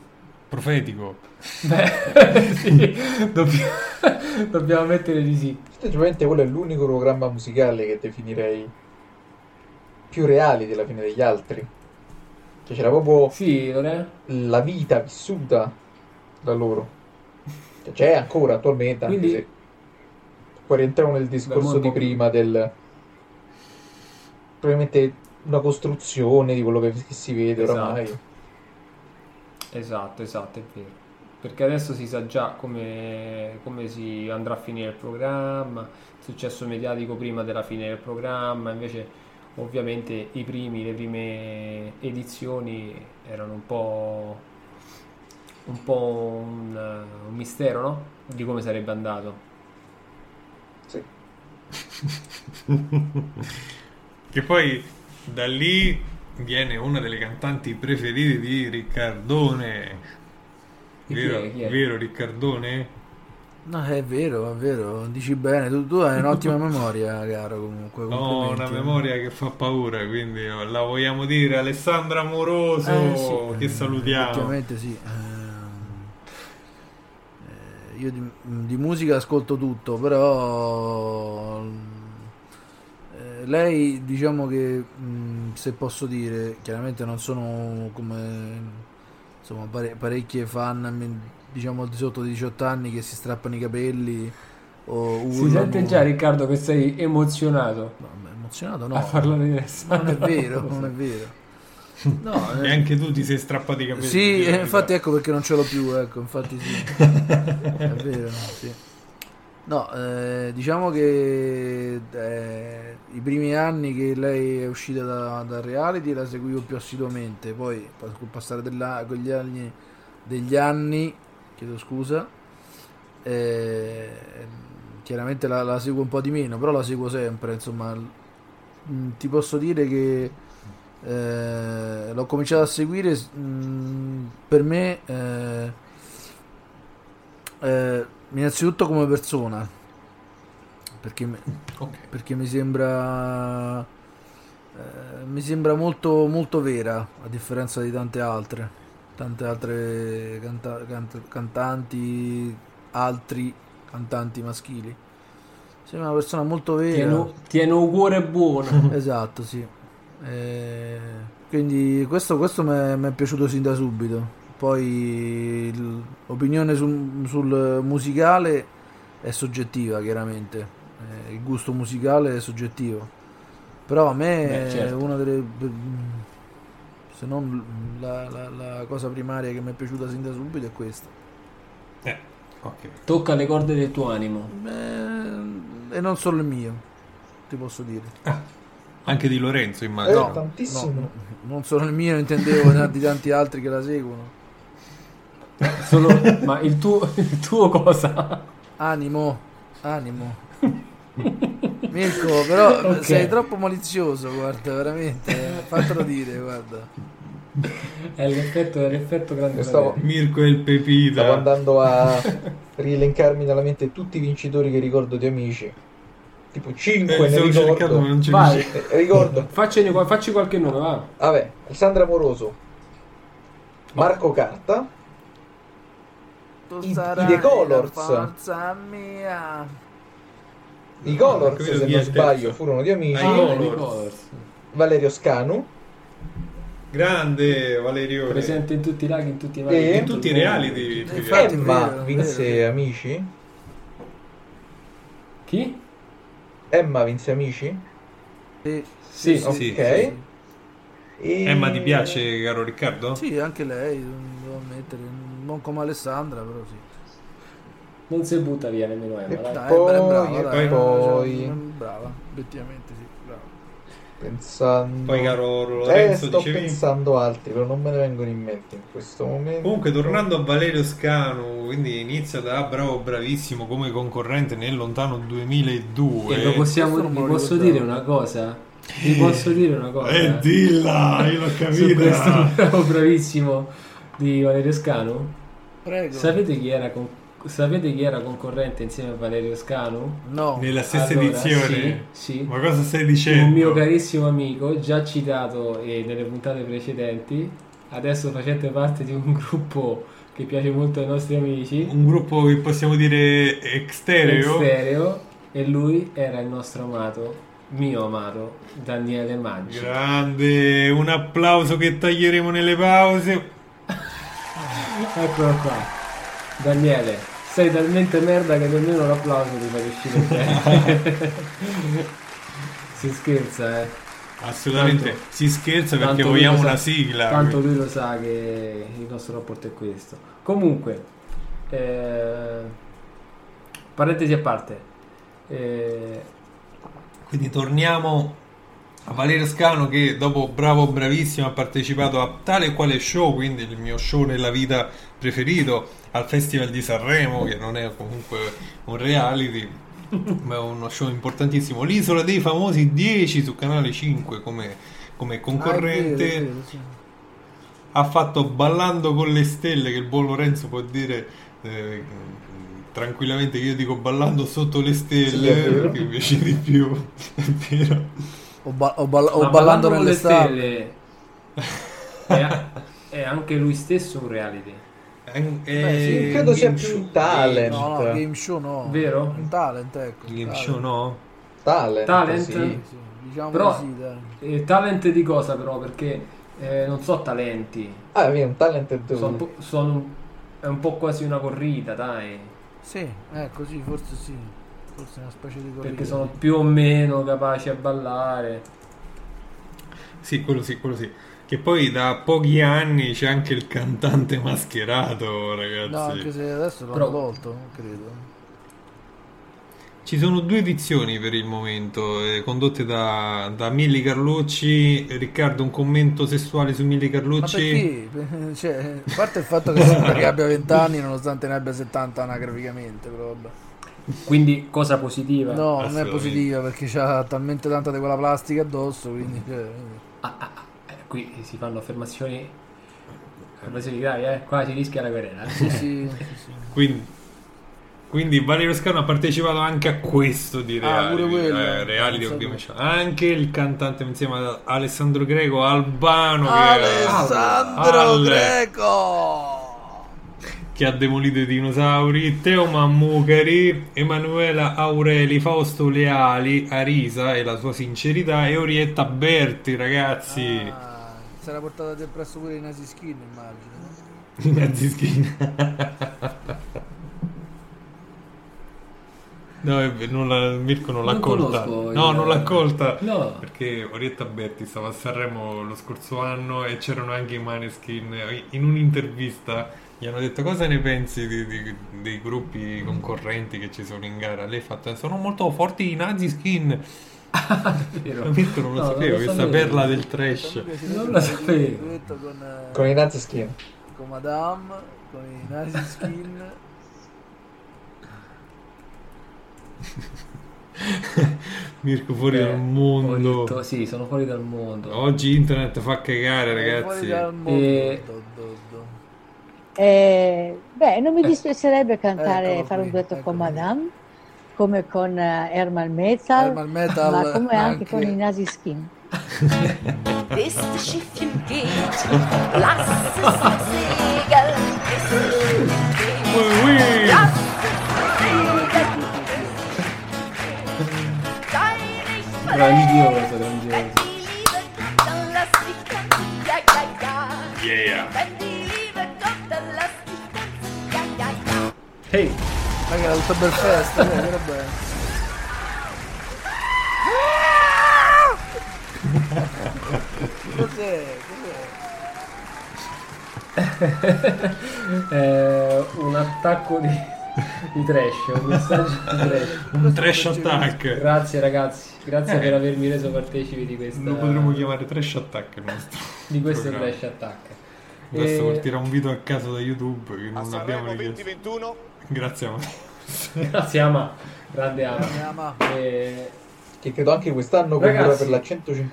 profetico.
Beh, sì, dobbiamo- dobbiamo mettere di sì.
Effettivamente quello è l'unico programma musicale che definirei più reali della fine degli altri. Cioè c'era proprio
Sì, Lore?
la vita vissuta da loro. Cioè, c'è ancora attualmente, anche
Quindi-
se poi rientriamo nel
Beh, mo
discorso
un
di
po' più-
prima del probabilmente una costruzione di quello che, che si vede
Esatto.
oramai.
Eh,
Esatto, esatto, è vero. Perché adesso si sa già come, come si andrà a finire il programma, il successo mediatico prima della fine del programma, invece ovviamente i primi, le prime edizioni erano un po', un, po' un, eh, un mistero, no? Di come sarebbe andato.
Sì.
che poi da lì viene una delle cantanti preferite di Riccardone.
Di chi è?
Vero,
Chi è?
vero Riccardone?
No, è vero, è vero, dici bene, tu, tu hai un'ottima memoria, caro, comunque.
No,
complimenti. eh.
una memoria che fa paura, quindi la vogliamo dire Alessandra Amoroso,
Eh, sì.
Oh, che salutiamo.
Effettivamente sì. Ehm, eh, io di, di musica ascolto tutto, però mm, eh, lei diciamo che mm, se posso dire, chiaramente non sono come insomma pare- parecchie fan mi- diciamo al di sotto dei 18 anni che si strappano i capelli o
Si
urlano.
sente già Riccardo che sei emozionato
No, ma emozionato
a
no.
parlare di
Non è
Alessandro.
vero, non è vero. No,
E
eh,
anche tu ti sei strappato i capelli.
sì,
di
eh,
verità.
infatti ecco perché non ce l'ho più, ecco, infatti sì. È vero, sì. No, eh, diciamo che eh, i primi anni che lei è uscita da- dal reality la seguivo più assiduamente, poi pa- col passare della- con gli anni, degli anni, chiedo scusa, eh, chiaramente la, la seguo un po' di meno, però la seguo sempre, insomma, l- mm, ti posso dire che eh, l'ho cominciato a seguire mm, per me eh, eh, innanzitutto come persona perché, me-
Ok.
perché mi sembra eh, mi sembra molto, molto vera a differenza di tante altre tante altre canta- cant- cantanti altri cantanti maschili sembra una persona molto vera
Tieno, tieno un cuore buono.
Esatto, sì. Eh, quindi questo, questo mi è mi è piaciuto sin da subito. Poi il- l'opinione sul- sul musicale è soggettiva, chiaramente. Eh, il gusto musicale è soggettivo. Però a me
Beh, certo.
è una delle... Se non la, la- la cosa primaria che mi è piaciuta sin da subito è questa.
Eh, ok.
Tocca le corde del tuo animo.
Eh, e non solo il mio, ti posso dire.
Anche di Lorenzo,
Eh,
immagino.
tantissimo.
No, non solo il mio, intendevo di tanti altri che la seguono.
Solo, ma il tuo, il tuo cosa?
Animo, animo. Mirko, però
Ok.
sei troppo malizioso, guarda, veramente. eh, Fatelo dire, guarda.
È l'effetto, è l'effetto grande.
Io stavo-
fratello.
Mirko e il Pepita.
Stavo andando a rielencarmi nella mente tutti i vincitori che ricordo di amici. tipo 5,
Eh,
ne
stavo cercando, ma
ricordo.
non ci
Vai.
riuscivo.
Eh, ricordo.
Faccene qua- Facci qualche nome, va.
Vabbè, Alessandra Moroso, Marco Carta,
Tu
I- i
sarai
The Colors.
la forza mia.
i
No,
Colors,
quello
se
di
non
Altezza.
sbaglio, furono di amici,
Ah, i Colors.
Valerio Scanu,
Grande Valerio.
Presente Eh, in tutti i laghi, in tutti i
E-
mari.
In tutti i reality. più che
Infatti-
altro.
Emma
vero,
vinse
vero.
Amici,
Chi?
Emma vinse Amici,
Sì,
Sì.
ok.
sì,
E-
Emma Eh, ti piace, caro Riccardo?
Sì, anche lei, non devo ammettere, non come Alessandra, però sì.
Non si butta via nemmeno Emma, dai.
Dai,
poi-
è brava, dai,
e
poi-
cioè, brava, obiettivamente sì, brava.
Pensando...
Poi, caro
Eh,
Lorenzo,
sto
dicevi.
pensando altri, però non me ne vengono in mente in questo momento.
Comunque, tornando a Valerio Scanu, quindi inizia da bravo, bravissimo come concorrente nel lontano
E lo
2002.
possiamo,
Questo non me lo
vi posso
ricordavo.
dire una cosa? Vi posso dire una cosa?
E Eh, dilla, io l'ho
Su questo
capita.
bravo, bravissimo di Valerio Scanu.
Prego.
Sapete chi era, con- sapete chi era concorrente insieme a Valerio Scanu?
No. Ah,
Nella stessa
Allora,
edizione.
sì, sì.
Ma cosa stai dicendo?
Un mio carissimo amico, già citato eh, nelle puntate precedenti, adesso facente parte di un gruppo che piace molto ai nostri amici,
Un gruppo che possiamo dire extereo.
Stereo, e lui era il nostro amato, mio amato, Daniele Maggi.
Grande, un applauso che taglieremo nelle pause.
Eccolo qua. Daniele, sei talmente merda che nemmeno l'applauso ti fa riuscire bene. si scherza, eh.
Assolutamente
Tanto-
si scherza perché
Tanto lui
vogliamo
lo sa-
una sigla.
Tanto lui lo sa che il nostro rapporto è questo. Comunque, eh, parentesi a parte. eh,
Quindi torniamo a Valerio Scano che dopo Bravo Bravissimo ha partecipato a tale e quale show, quindi il mio show nella vita preferito, al Festival di Sanremo che non è comunque un reality. Ma è uno show importantissimo. L'isola dei famosi 10 su canale 5 come, come concorrente.
Ah, è vero, è vero, sì.
ha fatto Ballando con le stelle, che il buon Lorenzo può dire eh, tranquillamente che io dico Ballando sotto le stelle,
Sì, è vero.
perché mi piace di più, è vero.
O, ba- o balla- o
ma
ballando
con
nelle
le
stelle.
stelle. è, è anche lui stesso un reality.
Eh,
Beh,
sì, credo sia
game
più
show.
un talent.
No, no, game show no.
Vero?
Un talent, ecco. un
Game
talent.
show no?
Talent,
Talent?
sì.
Sì, sì, Diciamo
Però-
così, dai.
Eh, talent di cosa però? Perché eh, non so talenti.
Ah, è un talent dove-
Sono un po'- sono- è un po' quasi una corrida, dai.
Sì, eh, così forse sì. Forse è una specie di corrida,
Perché
sì.
sono più o meno capaci a ballare.
Sì, quello sì, quello sì. Che poi da pochi anni c'è anche il cantante mascherato,
No,
ragazzi.
anche se adesso l'hanno
Però-
tolto, non credo.
Ci sono due edizioni per il momento, eh, condotte da, da Milli Carlucci. Riccardo, un commento sessuale su Milli
Ma
Carlucci?
perché? Cioè, a parte il fatto che sembra che abbia 20 anni, nonostante ne abbia 70 anagraficamente, però vabbè.
Quindi cosa positiva.
No, non è
assolutamente.
positiva perché c'ha talmente tanta di quella plastica addosso, quindi... cioè,
Ah, ah, ah, eh, qui si fanno affermazioni, affermazioni gravi, eh. Qua si rischia la querela. eh.
sì, sì, sì, sì.
Quindi, quindi Valerio Scano ha partecipato anche a questo di
Ah,
reality,
pure quello.
eh, reality
Non
o game
sapevo.
show. Anche il cantante insieme ad Alessandro Greco Albano che, era-
Alessandro
Ale-
Greco!
che ha demolito i dinosauri, Teo Mammucari, Emanuela Aureli, Fausto Leali, Arisa e la sua sincerità e Orietta Berti, ragazzi.
Ah, si era portata del presso pure i nasi skin, immagino.
Mezzi skin. No, è ver- non la- Mirko non l'ha
Non
colta.
conosco il-
No, non l'ha colta.
No.
Perché Orietta Berti stava a Sanremo lo scorso anno e c'erano anche i Maneskin. In un'intervista gli hanno detto cosa ne pensi di- di- dei gruppi concorrenti che ci sono in gara. Lei ha fatto, sono molto forti i Nazi Skin.
Vero.
Mirko non lo
No,
sapeva,
lo
questa
sapevo.
perla del trash.
Non lo sapevo.
Con, eh,
Con i nazi skin.
con Madame, con i nasi skin.
Mirko fuori
Eh,
dal
ho
mondo. Oh.
detto- sì, Eh, sono fuori dal mondo.
Oggi internet fa cagare,
Fuori
ragazzi.
dal mondo,
E-
do, do, do.
Eh, beh, non mi dispiacerebbe cantare,
Eccolo
fare un
qui,
duetto
eccolo
con
qui.
Madame.
come con eh, Herman Metal,
Herman Metal,
ma come anche,
anche.
con i Nasi Skin.
bis das Schiffchen geht. Lass es uns segeln, bis das Schiffchen geht. Lass es uns segeln, bis das Schiffchen geht. Sei nicht
Grandiosa,
Wenn
grandiosa.
die Liebe kommt, dann lass dich tanzen, ja, ja, ja.
Yeah!
Wenn die Liebe kommt, dann lass dich tanzen, ja, ja, ja.
Hey,
Raga, era tutta bel festa, eh, dai, era bello. Cos'è?
eh, un attacco di, di trash, un messaggio di trash.
Un trash attack!
Grazie ragazzi, grazie
Eh.
per avermi reso partecipi di questa
Lo potremmo chiamare trash attack il nostro.
di questo
programma.
trash attack.
Adesso
Eh,
partirà un video a caso da YouTube che non abbiamo richiesto. Grazie a
Grazie Ama, grande Ama.
Ama.
Eh,
Che credo anche quest'anno condurrà
Ragazzi.
per la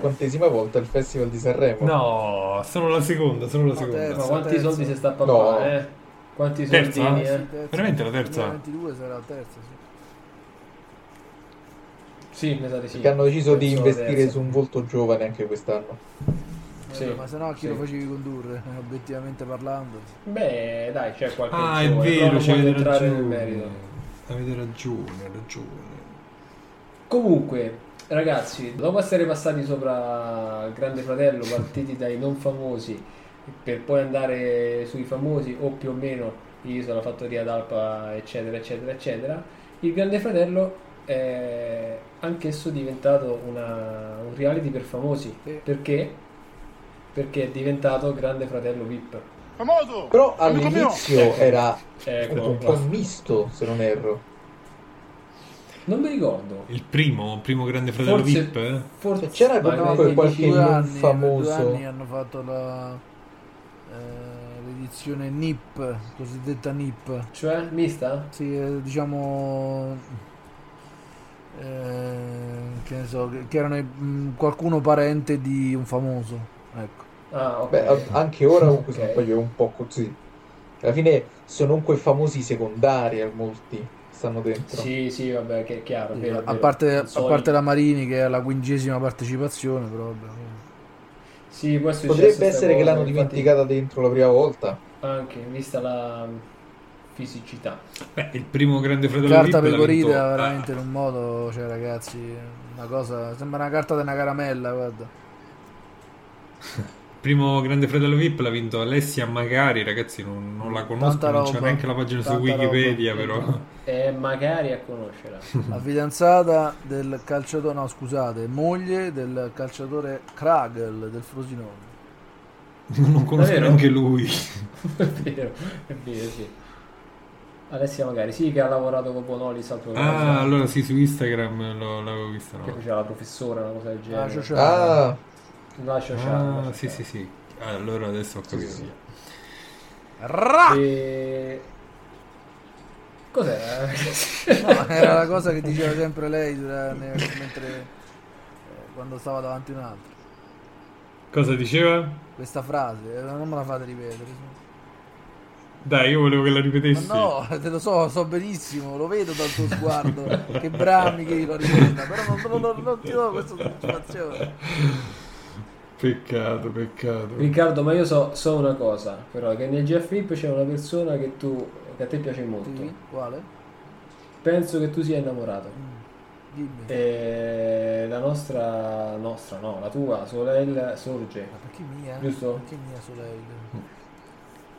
150esima volta il Festival di Sanremo.
No, sono la seconda, sono la seconda.
ma
terza.
quanti
terzo.
soldi si sta a
No.
pappare, eh? Quanti
Terza?
soldini,
Sì,
eh?
Veramente la terza?
22 sarà la terza, sì.
Sì, mi sa di sì.
Che hanno deciso di
Terzo,
investire
terzo.
su un volto giovane anche quest'anno.
Sì,
Vabbè, ma se no chi
sì.
lo facevi condurre, eh, obiettivamente parlando?
Beh, dai, c'è qualche
Ah, è
giovane, però
vero,
non
ci
voglio
avete
entrare nel
ragione.
merito.
Avete ragione, ragione.
Comunque, ragazzi, dopo essere passati sopra il Grande Fratello, partiti dai non famosi, per poi andare sui famosi o più o meno Isola, Fattoria d'Alpa, eccetera, eccetera, eccetera, il Grande Fratello è anch'esso diventato una- un reality per famosi.
Sì.
Perché? Perché è diventato Grande Fratello VIP.
Però all'inizio era
Eccolo
un
qua.
po' misto, se non erro.
Non mi ricordo.
Il primo, il primo grande fratello
Forse-
VIP? eh?
Forse
Cioè, c'era
Ma
comunque
vedi,
qualche-
Due
non
anni, per
famoso.
due anni hanno fatto la, eh, l'edizione NIP, cosiddetta NIP.
Cioè, mista?
Sì, eh, diciamo... eh, che ne so, che, che erano i- mh, qualcuno parente di un famoso, ecco.
Ah, ok.
Beh, a- anche ora comunque se non
Ok.
sbaglio, è un po' così. Alla fine sono comunque famosi secondari a molti stanno dentro.
Sì, sì, vabbè, che è chiaro.
Sì,
vero,
a,
vero.
parte, a
Soli-
parte la Marini che è alla quindicesima partecipazione, però vabbè, sì.
Sì, può essere
Potrebbe
successa
essere che
sta
l'hanno
cosa, infatti,
dimenticata dentro la prima volta.
Anche vista la mm, fisicità.
Beh, il primo grande fratello
carta
VIP l'ha vinto-
pecorita
ah,
veramente in un modo, cioè ragazzi, una cosa, sembra una carta di una caramella, guarda.
il primo grande fratello VIP l'ha vinto Alessia Magari, ragazzi, non, non la conosco,
Tanta
non c'è
roba,
neanche la pagina su
tanta
Wikipedia,
roba.
però.
E magari a conoscerla.
La fidanzata del calciatore, no scusate, moglie del calciatore Kragel del Frosinone.
Non conosco
Davvero?
neanche lui.
è vero, è vero, sì. Alessia magari, sì, che ha lavorato con Bonolis al programma.
Ah, allora sì, su Instagram lo- l'avevo vista.
Che
No?
faceva la professora, una cosa del genere.
La Ciociara.
Ah,
Lascia
Ah, sì, sì, sì. Allora adesso ho capito.
Ra!
E... Cos'era?
No, era la cosa che diceva sempre lei dura- ne- mentre, eh, quando stava davanti a un altro.
Cosa diceva?
Questa frase, eh, non me la fate ripetere.
Dai, io volevo che la ripetessi.
Ma no, te lo so, so benissimo, lo vedo dal tuo sguardo, che brami che lo ricorda, però non, non- non- non ti do questa soddisfazione.
Peccato, peccato.
Riccardo, ma io so, so una cosa, però, che nel GF VIP c'è una persona che tu che a te piace molto.
Sì, quale? Mm.
Penso che tu sia innamorato.
Dimmi.
Eh, E la nostra, nostra no, la tua sorella
Ma
sorge.
perché mia?
Giusto?
Perché mia sorella?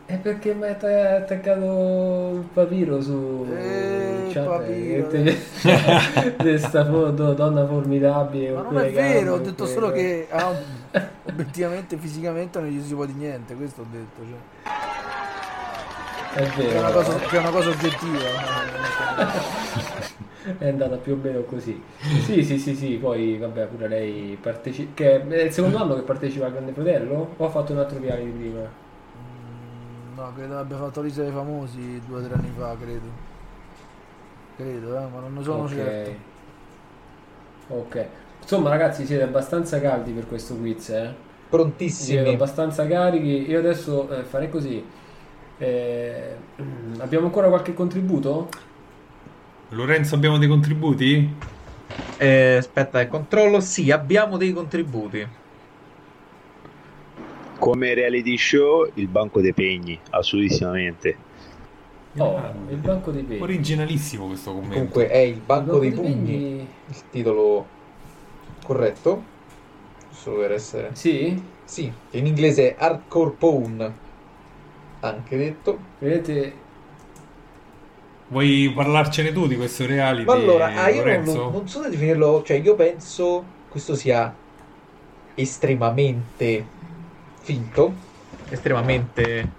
È perché mi hai atta- attaccato il papiro su
Eh,
chat
papiro,
e te- questa foto, donna formidabile.
Ma
con
non è
quelle gambe,
vero, ho
con
detto
quelle-
solo che ah, obiettivamente, fisicamente non gli si può di niente, questo ho detto. Cioè.
È
Che, è una
vero,
cosa, che è una cosa oggettiva.
è andata più o meno così. Sì, sì, sì, sì, poi vabbè, pure lei partecipa. Che è il secondo anno che partecipa al Grande Fratello? O ha fatto un altro reality prima?
Mm, No, credo abbia fatto l'Isa dei famosi due o tre anni fa, credo. Credo, eh, ma non ne sono
ok.
certo.
Ok. Insomma, ragazzi, siete abbastanza caldi per questo quiz, eh? Siete
prontissimi.
abbastanza carichi. Io adesso eh, farei così. Eh, abbiamo ancora qualche contributo?
Lorenzo, abbiamo dei contributi?
Eh, aspetta, il controllo. Sì, abbiamo dei contributi.
Come reality show, il Banco dei Pegni, assolutissimamente.
Oh, il banco dei pegni.
Originalissimo questo commento.
Comunque è il Banco dei Pugni,
pegni.
il titolo corretto. Solo per essere.
Sì,
Sì, che in inglese è Hardcore Pawn. Anche detto.
vedete,
Vuoi parlarcene tu di questo reality,
Ma allora, ah, io non,
Lorenzo?
lo- non so da definirlo, cioè io penso questo sia estremamente finto, estremamente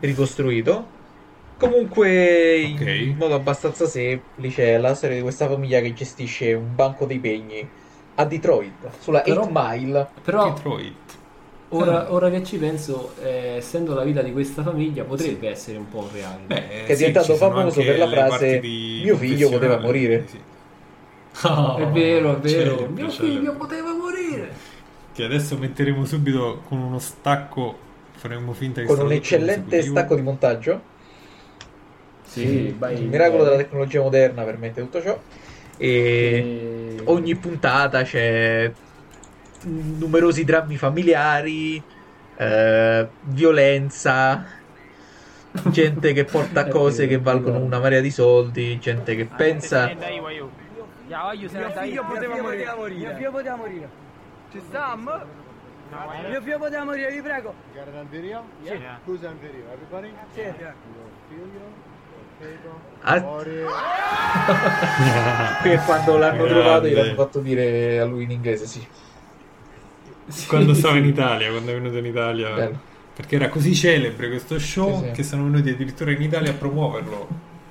ricostruito. Comunque, in
Ok.
modo abbastanza semplice, è la storia di questa famiglia che gestisce un banco dei pegni a Detroit, sulla
Però-
8 Mile.
però
Detroit.
ora, ora che ci penso, eh, essendo la vita di questa famiglia, potrebbe essere un po' un reality.
Beh,
è
sì,
diventato
ci sono
famoso
anche
per la
le
frase,
parti di
"Mio figlio
confessionale",
poteva morire.
sì. Cioè,
è vero, è vero.
Celebre,
Mio
celebre.
figlio poteva morire.
Che adesso metteremo subito con uno stacco, faremo finta che
Con
sia
un
tutto
eccellente
consecutivo.
stacco di montaggio,
Sì, vai.
il miracolo della tecnologia moderna permette tutto ciò. E...
Eh,
ogni puntata c'è numerosi drammi familiari, eh, violenza, gente che porta cose che valgono una marea di soldi, gente che pensa...
Mio figlio poteva morire. Mio figlio poteva morire. Ci stiamo? Mio figlio poteva morire, vi prego.
Ah, che quando l'hanno
Grande. Eh,
trovato gliel'hanno fatto dire a lui in inglese, sì.
sì.
Quando stavo in Italia, quando è venuto in Italia.
Bello.
Perché era così celebre questo show
Sì, sì.
che sono venuti addirittura in Italia a promuoverlo.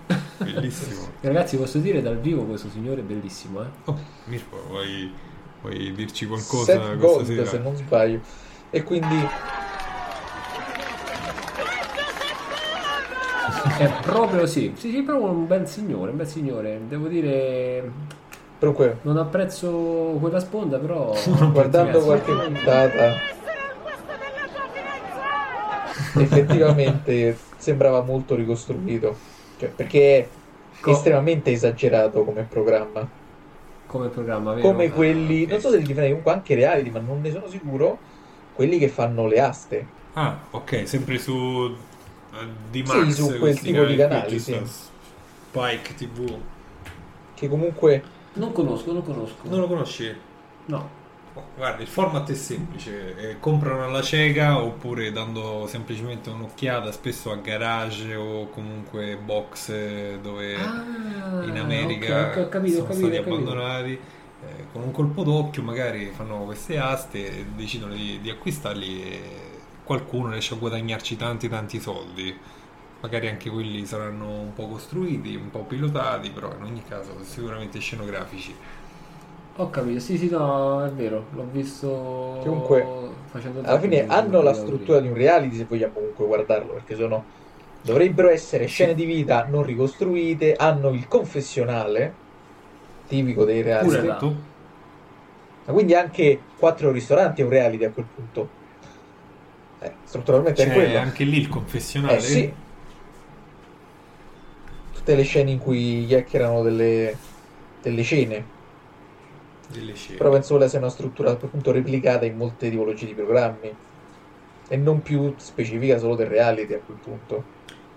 Bellissimo.
Ragazzi, posso dire dal vivo questo signore è bellissimo, eh?
Oh, Mirko, vuoi, vuoi dirci qualcosa
Seth
questa
Gold,
sera?
se non sbaglio. E quindi
È proprio sì. Sì, sì, proprio un bel signore, un bel signore. Devo dire,
comunque
non apprezzo quella sponda, però
guardando qualche puntata effettivamente sembrava molto ricostruito Cioè, perché è
Co-
estremamente esagerato come programma
come programma, vero?
come quelli
ok.
non so se li definirei comunque anche reality ma non ne sono sicuro quelli che fanno le aste
Ah, ok, sempre su di
Sì,
Max,
su quel
questi
tipo di
qui,
canali,
giusto?
sì.
Spike TV.
che comunque
Non conosco, non conosco.
Non lo conosci?
No.
Oh, Guarda, il format è semplice, eh, comprano alla cieca oppure dando semplicemente un'occhiata spesso a garage o comunque box eh, dove
Ah,
in America
ok, ho capito,
sono
ho capito,
stati
ho capito.
abbandonati. eh, con un colpo d'occhio magari fanno queste aste e decidono di, di acquistarli e qualcuno riesce a guadagnarci tanti tanti soldi. Magari anche quelli saranno un po' costruiti, un po' pilotati, però in ogni caso sicuramente scenografici.
Ho capito, sì, sì, no, è vero, l'ho visto
Comunque,
facendo
alla fine
zapping,
hanno la
volevo
struttura di
dire.
un reality se vogliamo comunque guardarlo perché sono dovrebbero essere scene di vita non ricostruite hanno il confessionale tipico dei reality
Pure là.
Ma quindi anche quattro ristoranti è un reality a quel punto Eh, strutturalmente è
C'è
quello
anche lì il confessionale.
eh sì tutte le scene in cui chiacchierano delle, delle cene
delle scene.
però penso quella sia una struttura appunto replicata in molte tipologie di programmi e non più specifica solo del reality a quel punto.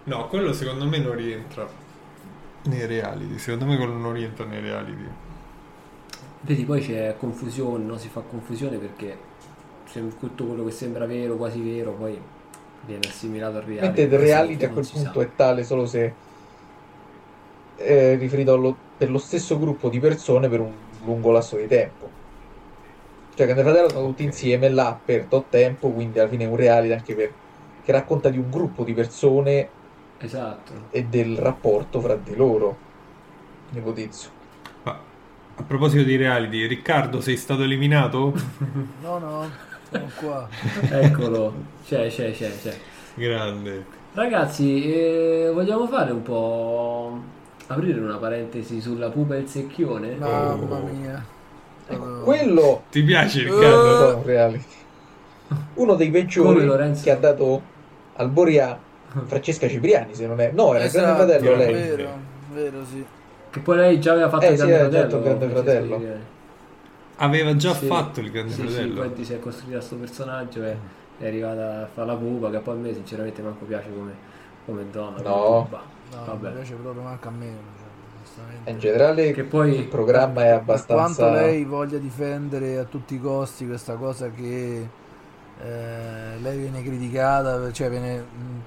No, quello secondo me non rientra nei reality. Secondo me quello non rientra nei reality.
Vedi, poi c'è confusione, no? Si fa confusione perché sem- tutto quello che sembra vero, quasi vero, poi viene assimilato al reality.
Mentre il
questo
reality a
non
quel
si sa.
punto è tale solo se è riferito allo, per lo stesso gruppo di persone per un lungo lasso di tempo. Cioè, Grande Fratello sono tutti insieme là per tot tempo, quindi alla fine è un reality anche per, che racconta di un gruppo di persone
Esatto.
e del rapporto fra di loro. Ipotizzo.
Ma a proposito di reality, Riccardo, sei stato eliminato?
No, no, sono qua.
Eccolo, c'è, c'è, c'è, c'è.
Grande.
Ragazzi, eh, vogliamo fare un po'... aprire una parentesi sulla pupa e il secchione?
Mamma mia.
Ecco, Oh. quello
Ti
Uh.
piace Riccardo?
è un reality. Uno dei
Come
peggiori
Lorenzo.
che ha dato al Boria Francesca Cipriani, se non è... No, era il Grande Fratello
Esatto,
lei.
Vero, vero, sì.
Che poi lei già aveva fatto
Eh,
il
sì,
grande
aveva
fratello.
fatto il Grande
Francesco
Fratello.
Rivera.
Aveva già
Sì.
fatto il Grande
Sì, Sì,
Fratello.
poi ti si è costruita questo personaggio e è arrivata a fare la pupa che poi a me sinceramente manco piace come, come donna. come pupa.
No,
Vabbè.
mi piace proprio manca a me. cioè, onestamente.
In generale
Che poi-
il programma è abbastanza...
Quanto lei voglia difendere a tutti i costi questa cosa che eh, lei viene criticata, cioè viene mh,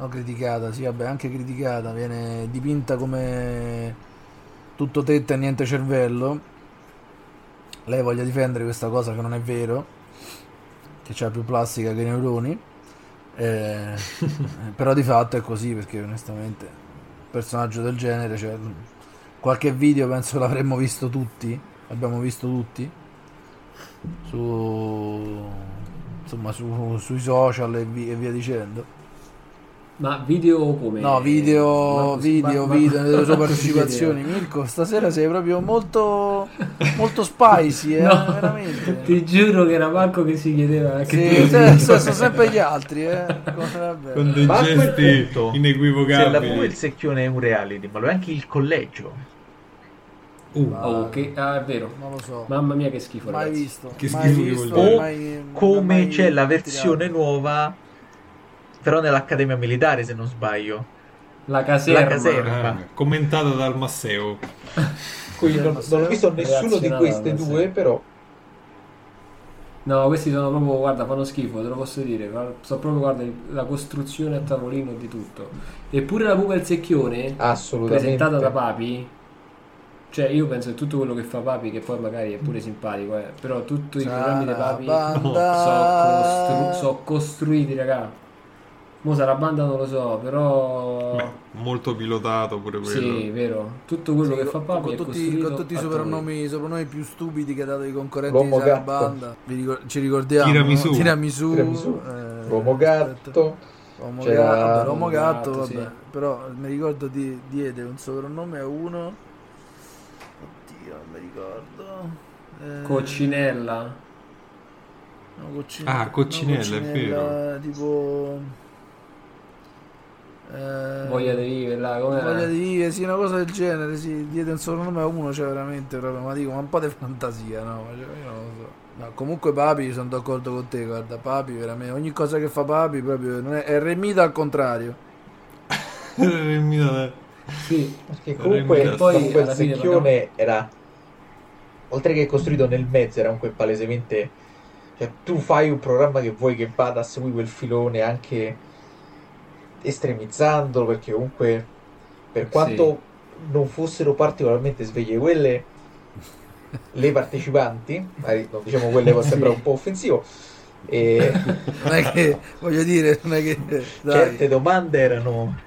non criticata, sì, vabbè, anche criticata, viene dipinta come tutto tetta e niente cervello. Lei voglia difendere questa cosa che non è vero, che c'ha più plastica che neuroni. Eh, però di fatto è così perché onestamente un personaggio del genere cioè, qualche video penso l'avremmo visto tutti abbiamo visto tutti su insomma su- sui social e, vi- e via dicendo
Ma video come?
no video
Marco-
video
Mar-
video delle sue
Marco
partecipazioni
Sidera.
Mirko stasera sei proprio molto molto spicy eh,
No.
veramente
Ti giuro che era Marco che si chiedeva eh, che
sì,
tu-
se- se- sono sempre gli altri eh. Vabbè.
Con dei
Ma a quel
gesti
punto, Se la
inequivocabili.
voi il secchione è un reality, ma lo è anche il collegio.
Uh,
Oh, che- ah, è vero.
non lo so
Mamma mia che schifo.
mai
ragazzi.
visto
Che
mai
schifo che
visto,
vuol dire.
mai-
Come
mai
c'è la
tirato.
versione nuova, però nell'Accademia Militare, se non sbaglio.
La caserma.
La caserma.
Ah, commentata dal Masseo.
Quindi non, non ho visto nessuno di
Relazionata,
queste
sì.
due, però
No, questi sono proprio, guarda, fanno schifo, te lo posso dire. fa- So proprio, guarda, il- la costruzione a tavolino di tutto. Eppure la pupa del
Ah,
secchione,
assolutamente.
presentata da Papi, cioè io penso che tutto quello che fa Papi, che poi magari è pure simpatico, eh, però tutti i programmi dei Papi
Sarabanda.
sono costruiti, raga. Mo Sarabanda non lo so, però...
Beh, molto pilotato pure quello.
sì, vero. Tutto quello
Sì,
che fa
con-
Papi
con
è
tutti,
costruito
con tutti i
a tavolino.
soprannomi, i soprannomi più stupidi che ha dato i concorrenti
L'uomo
di Sarabanda. Vi ricor- ci ricordiamo
Tiramisù.
no? Tiramisù,
Tiramisù,
eh,
Esatto.
L'uomo gatto,
Uomo
C'era-
gatto, vabbè, l'uomo
Uomo
gatto,
gatto,
vabbè.
sì.
Però mi ricordo di, diede un soprannome a uno. Oddio, non mi ricordo. Eh,
Coccinella.
no, Coccin-
Ah,
no,
Coccinella, è vero.
Tipo... eh,
Voglia di vivere, là,
Eh.
com'era?
Voglia di vivere, sì, una cosa del genere, sì, diede un soprannome a uno, cioè veramente proprio, ma dico, ma un po' di fantasia, no? Ma cioè, io non lo so. No, comunque Papi, sono d'accordo con te, guarda, Papi veramente, ogni cosa che fa Papi proprio non è, è remita al contrario.
Il mio-
Sì,
Perché comunque
Remita.
Poi,
quel
alla fine,
secchione era oltre che costruito nel mezzo, era comunque palesemente cioè tu fai un programma che vuoi che vada a seguire quel filone anche estremizzandolo perché comunque per quanto non fossero particolarmente sveglie quelle le partecipanti, magari non diciamo quelle può sembrare un po' offensivo e
Non è che, voglio dire, non è che... Dai.
certe domande erano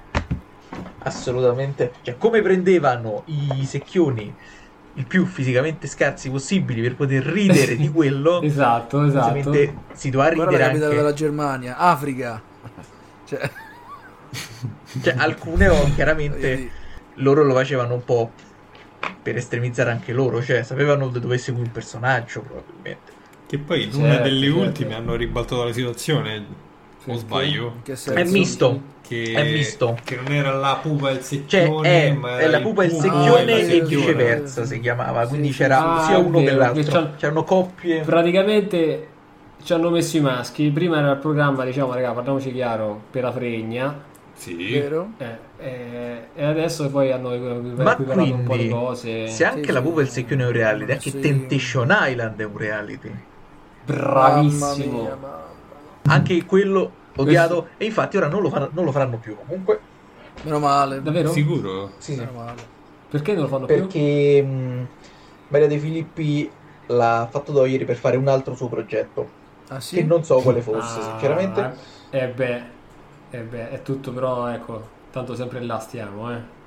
assolutamente cioè come prendevano i secchioni il più fisicamente scarsi possibili per poter ridere di quello
esatto, esatto.
ovviamente si doveva
Guarda la
ridere
capitale
anche
della Germania, Africa. Cioè,
cioè, alcune o
voglio dire,
chiaramente loro lo facevano un po' per estremizzare anche loro cioè sapevano dove seguire un personaggio probabilmente
Che poi in
Certo,
una delle
certo.
ultime hanno ribaltato la situazione. O sbaglio?
in che senso?
è misto
Che,
È misto.
Che non era la pupa e il
cioè
secchione,
è,
ma
è
era
la
eh, il
pupa e il
pupo
secchione
la
e
il
secchiona.
viceversa si chiamava
Sì,
quindi
sì,
c'era
sì.
sia
Ah,
uno
è
che
vero, che
l'altro
c'ha-
c'erano coppie
Praticamente ci hanno messo i maschi, prima era il programma, diciamo, raga, parliamoci chiaro, per la fregna,
Sì.
Vero?
eh, eh, e adesso poi hanno
Ma
recuperato un po' di
quindi,
cose.
se anche
Sì,
la
sì.
pupa e il secchione è un reality, anche
Sì.
Temptation Island è un reality.
Bravissimo.
Mamma mia, ma-
Anche quello odiato, e infatti ora non lo, faranno, non lo faranno più comunque.
Meno male.
Davvero?
Sicuro?
Meno male.
Perché non lo fanno più?
Perché mh, Maria De Filippi l'ha fatto togliere per fare un altro suo progetto,
Ah sì?
che non so quale fosse,
Ah,
sinceramente.
Eh beh, eh beh, è tutto però, ecco, tanto sempre là stiamo, eh.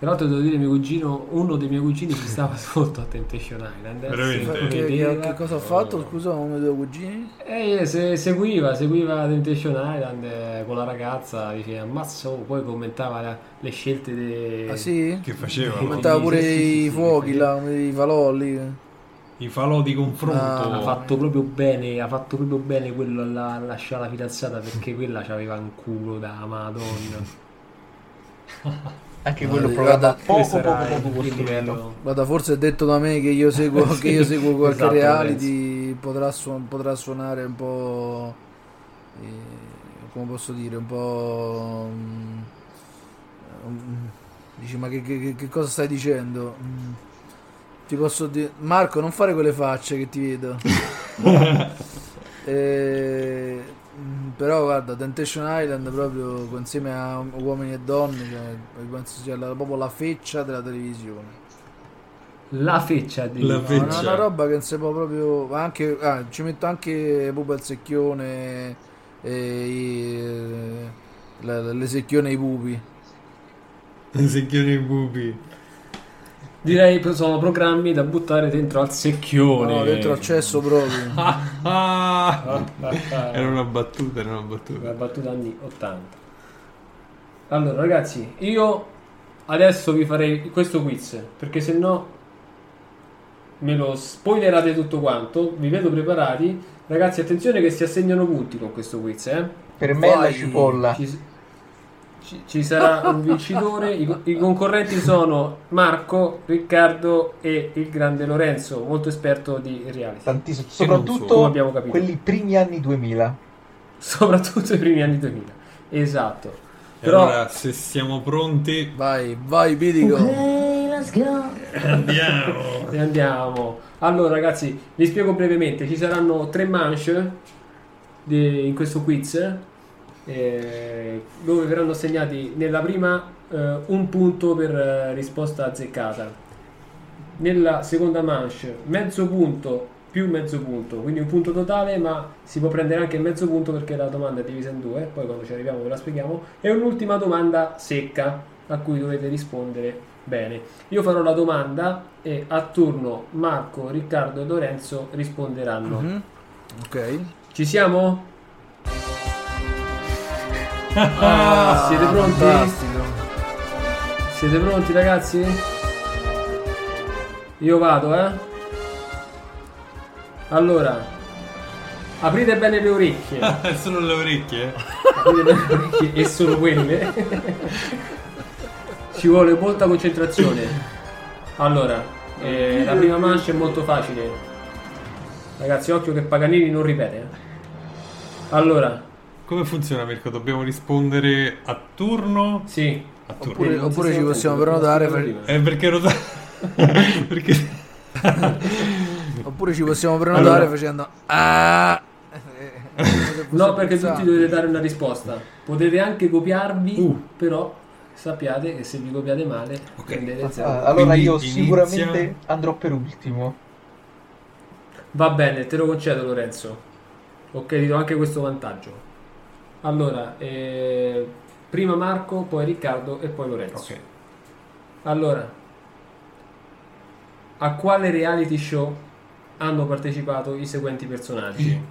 Tra l'altro devo dire, mio cugino, uno dei miei cugini ci stava sotto a Temptation Island. eh,
Veramente?
se
Fa- Che,
lo
che-
vedeva.
che cosa ho fatto? Scusa, uno dei due cugini?
Eh, se- seguiva, seguiva Temptation Island eh, con la ragazza, diceva ammazzo, poi commentava la- le scelte de-
Ah sì?
Che facevano?
Commentava
Eh, sì,
pure
sì, sì,
i
sì,
fuochi,
sì.
là, come i falolli.
I falò di confronto.
Ah,
Ha fatto proprio bene, ha fatto proprio bene quello a lasciare la fidanzata perché quella c'aveva un culo da madonna.
Anche
No,
quello
dico,
programma
guarda,
poco
questo
poco
era
poco
il
costruito.
Guarda, forse è detto da me che io seguo,
Sì,
che io seguo qualche
esatto,
reality, potrà, suon- potrà suonare un po', eh, come posso dire, un po'... mm, mm, dici, ma che, che- che- che cosa stai dicendo? Mm, ti posso dire... Marco, non fare quelle facce che ti vedo. Eh, mm, però guarda, Temptation Island proprio insieme a uomini e donne, cioè, penso sia la- proprio la feccia della televisione.
La feccia di
La
No,
feccia.
Una, una roba che non si può proprio. ma Anche, ah, ci metto anche Pupa il secchione, e, i- eh, la- la- le secchione e i pupi.
Secchione i bubi.
Direi che sono programmi da buttare dentro al secchione.
No, dentro al cesso proprio.
Ah, Era una battuta, era una battuta.
La battuta anni 80.
Allora, ragazzi, io adesso vi farei questo quiz perché se no me lo spoilerate tutto quanto. Vi vedo preparati. Ragazzi, attenzione che si assegnano punti con questo quiz. Eh.
Per me è la cipolla.
Ci, ci- ci sarà un vincitore. I, co- i concorrenti sono Marco, Riccardo e il grande Lorenzo, molto esperto di reality.
Tantissimo.
Come
Soprattutto
abbiamo capito.
quelli primi anni 2000.
Soprattutto i primi anni 2000. Esatto.
E
Però
Allora, se siamo pronti,
vai, vai, bidico.
Andiamo.
E andiamo. Allora, ragazzi, vi spiego brevemente: ci saranno tre manche di- in questo quiz eh, dove verranno assegnati nella prima eh, un punto per eh, risposta azzeccata. Nella seconda manche mezzo punto più mezzo punto, quindi un punto totale, ma si può prendere anche il mezzo punto perché la domanda è divisa in due, poi quando ci arriviamo ve la spieghiamo, e un'ultima domanda secca a cui dovete rispondere bene. Io farò la domanda e a turno Marco, Riccardo e Lorenzo risponderanno.
Mhm. Ok.
Ci siamo? Ah, siete pronti?
fantastico.
Siete pronti ragazzi? Io vado, eh? Allora, aprite bene le orecchie.
sono le orecchie.
Aprite bene le orecchie e solo quelle. Ci vuole molta concentrazione. Allora, eh, la prima mancia è molto facile. Ragazzi, occhio che Paganini non ripete. eh. Allora,
Come funziona, Mirko? Dobbiamo rispondere a turno?
Sì. Eh,
A turno.
Oppure- Non ci oppure siamo ci possiamo tutti, prenotare non ci siamo per-
Eh, perché rota... perché...
Oppure ci possiamo prenotare
Allora.
facendo. Ah!
No, perché tutti dovete dare una risposta. Potete anche copiarvi, però sappiate che se vi copiate male prendete il zero.
Ah, allora io sicuramente
inizia-
andrò per ultimo.
Va bene, te lo concedo Lorenzo. Ok, ti do anche questo vantaggio. Allora, eh, prima Marco, poi Riccardo e poi Lorenzo. Allora, a quale reality show hanno partecipato i seguenti personaggi?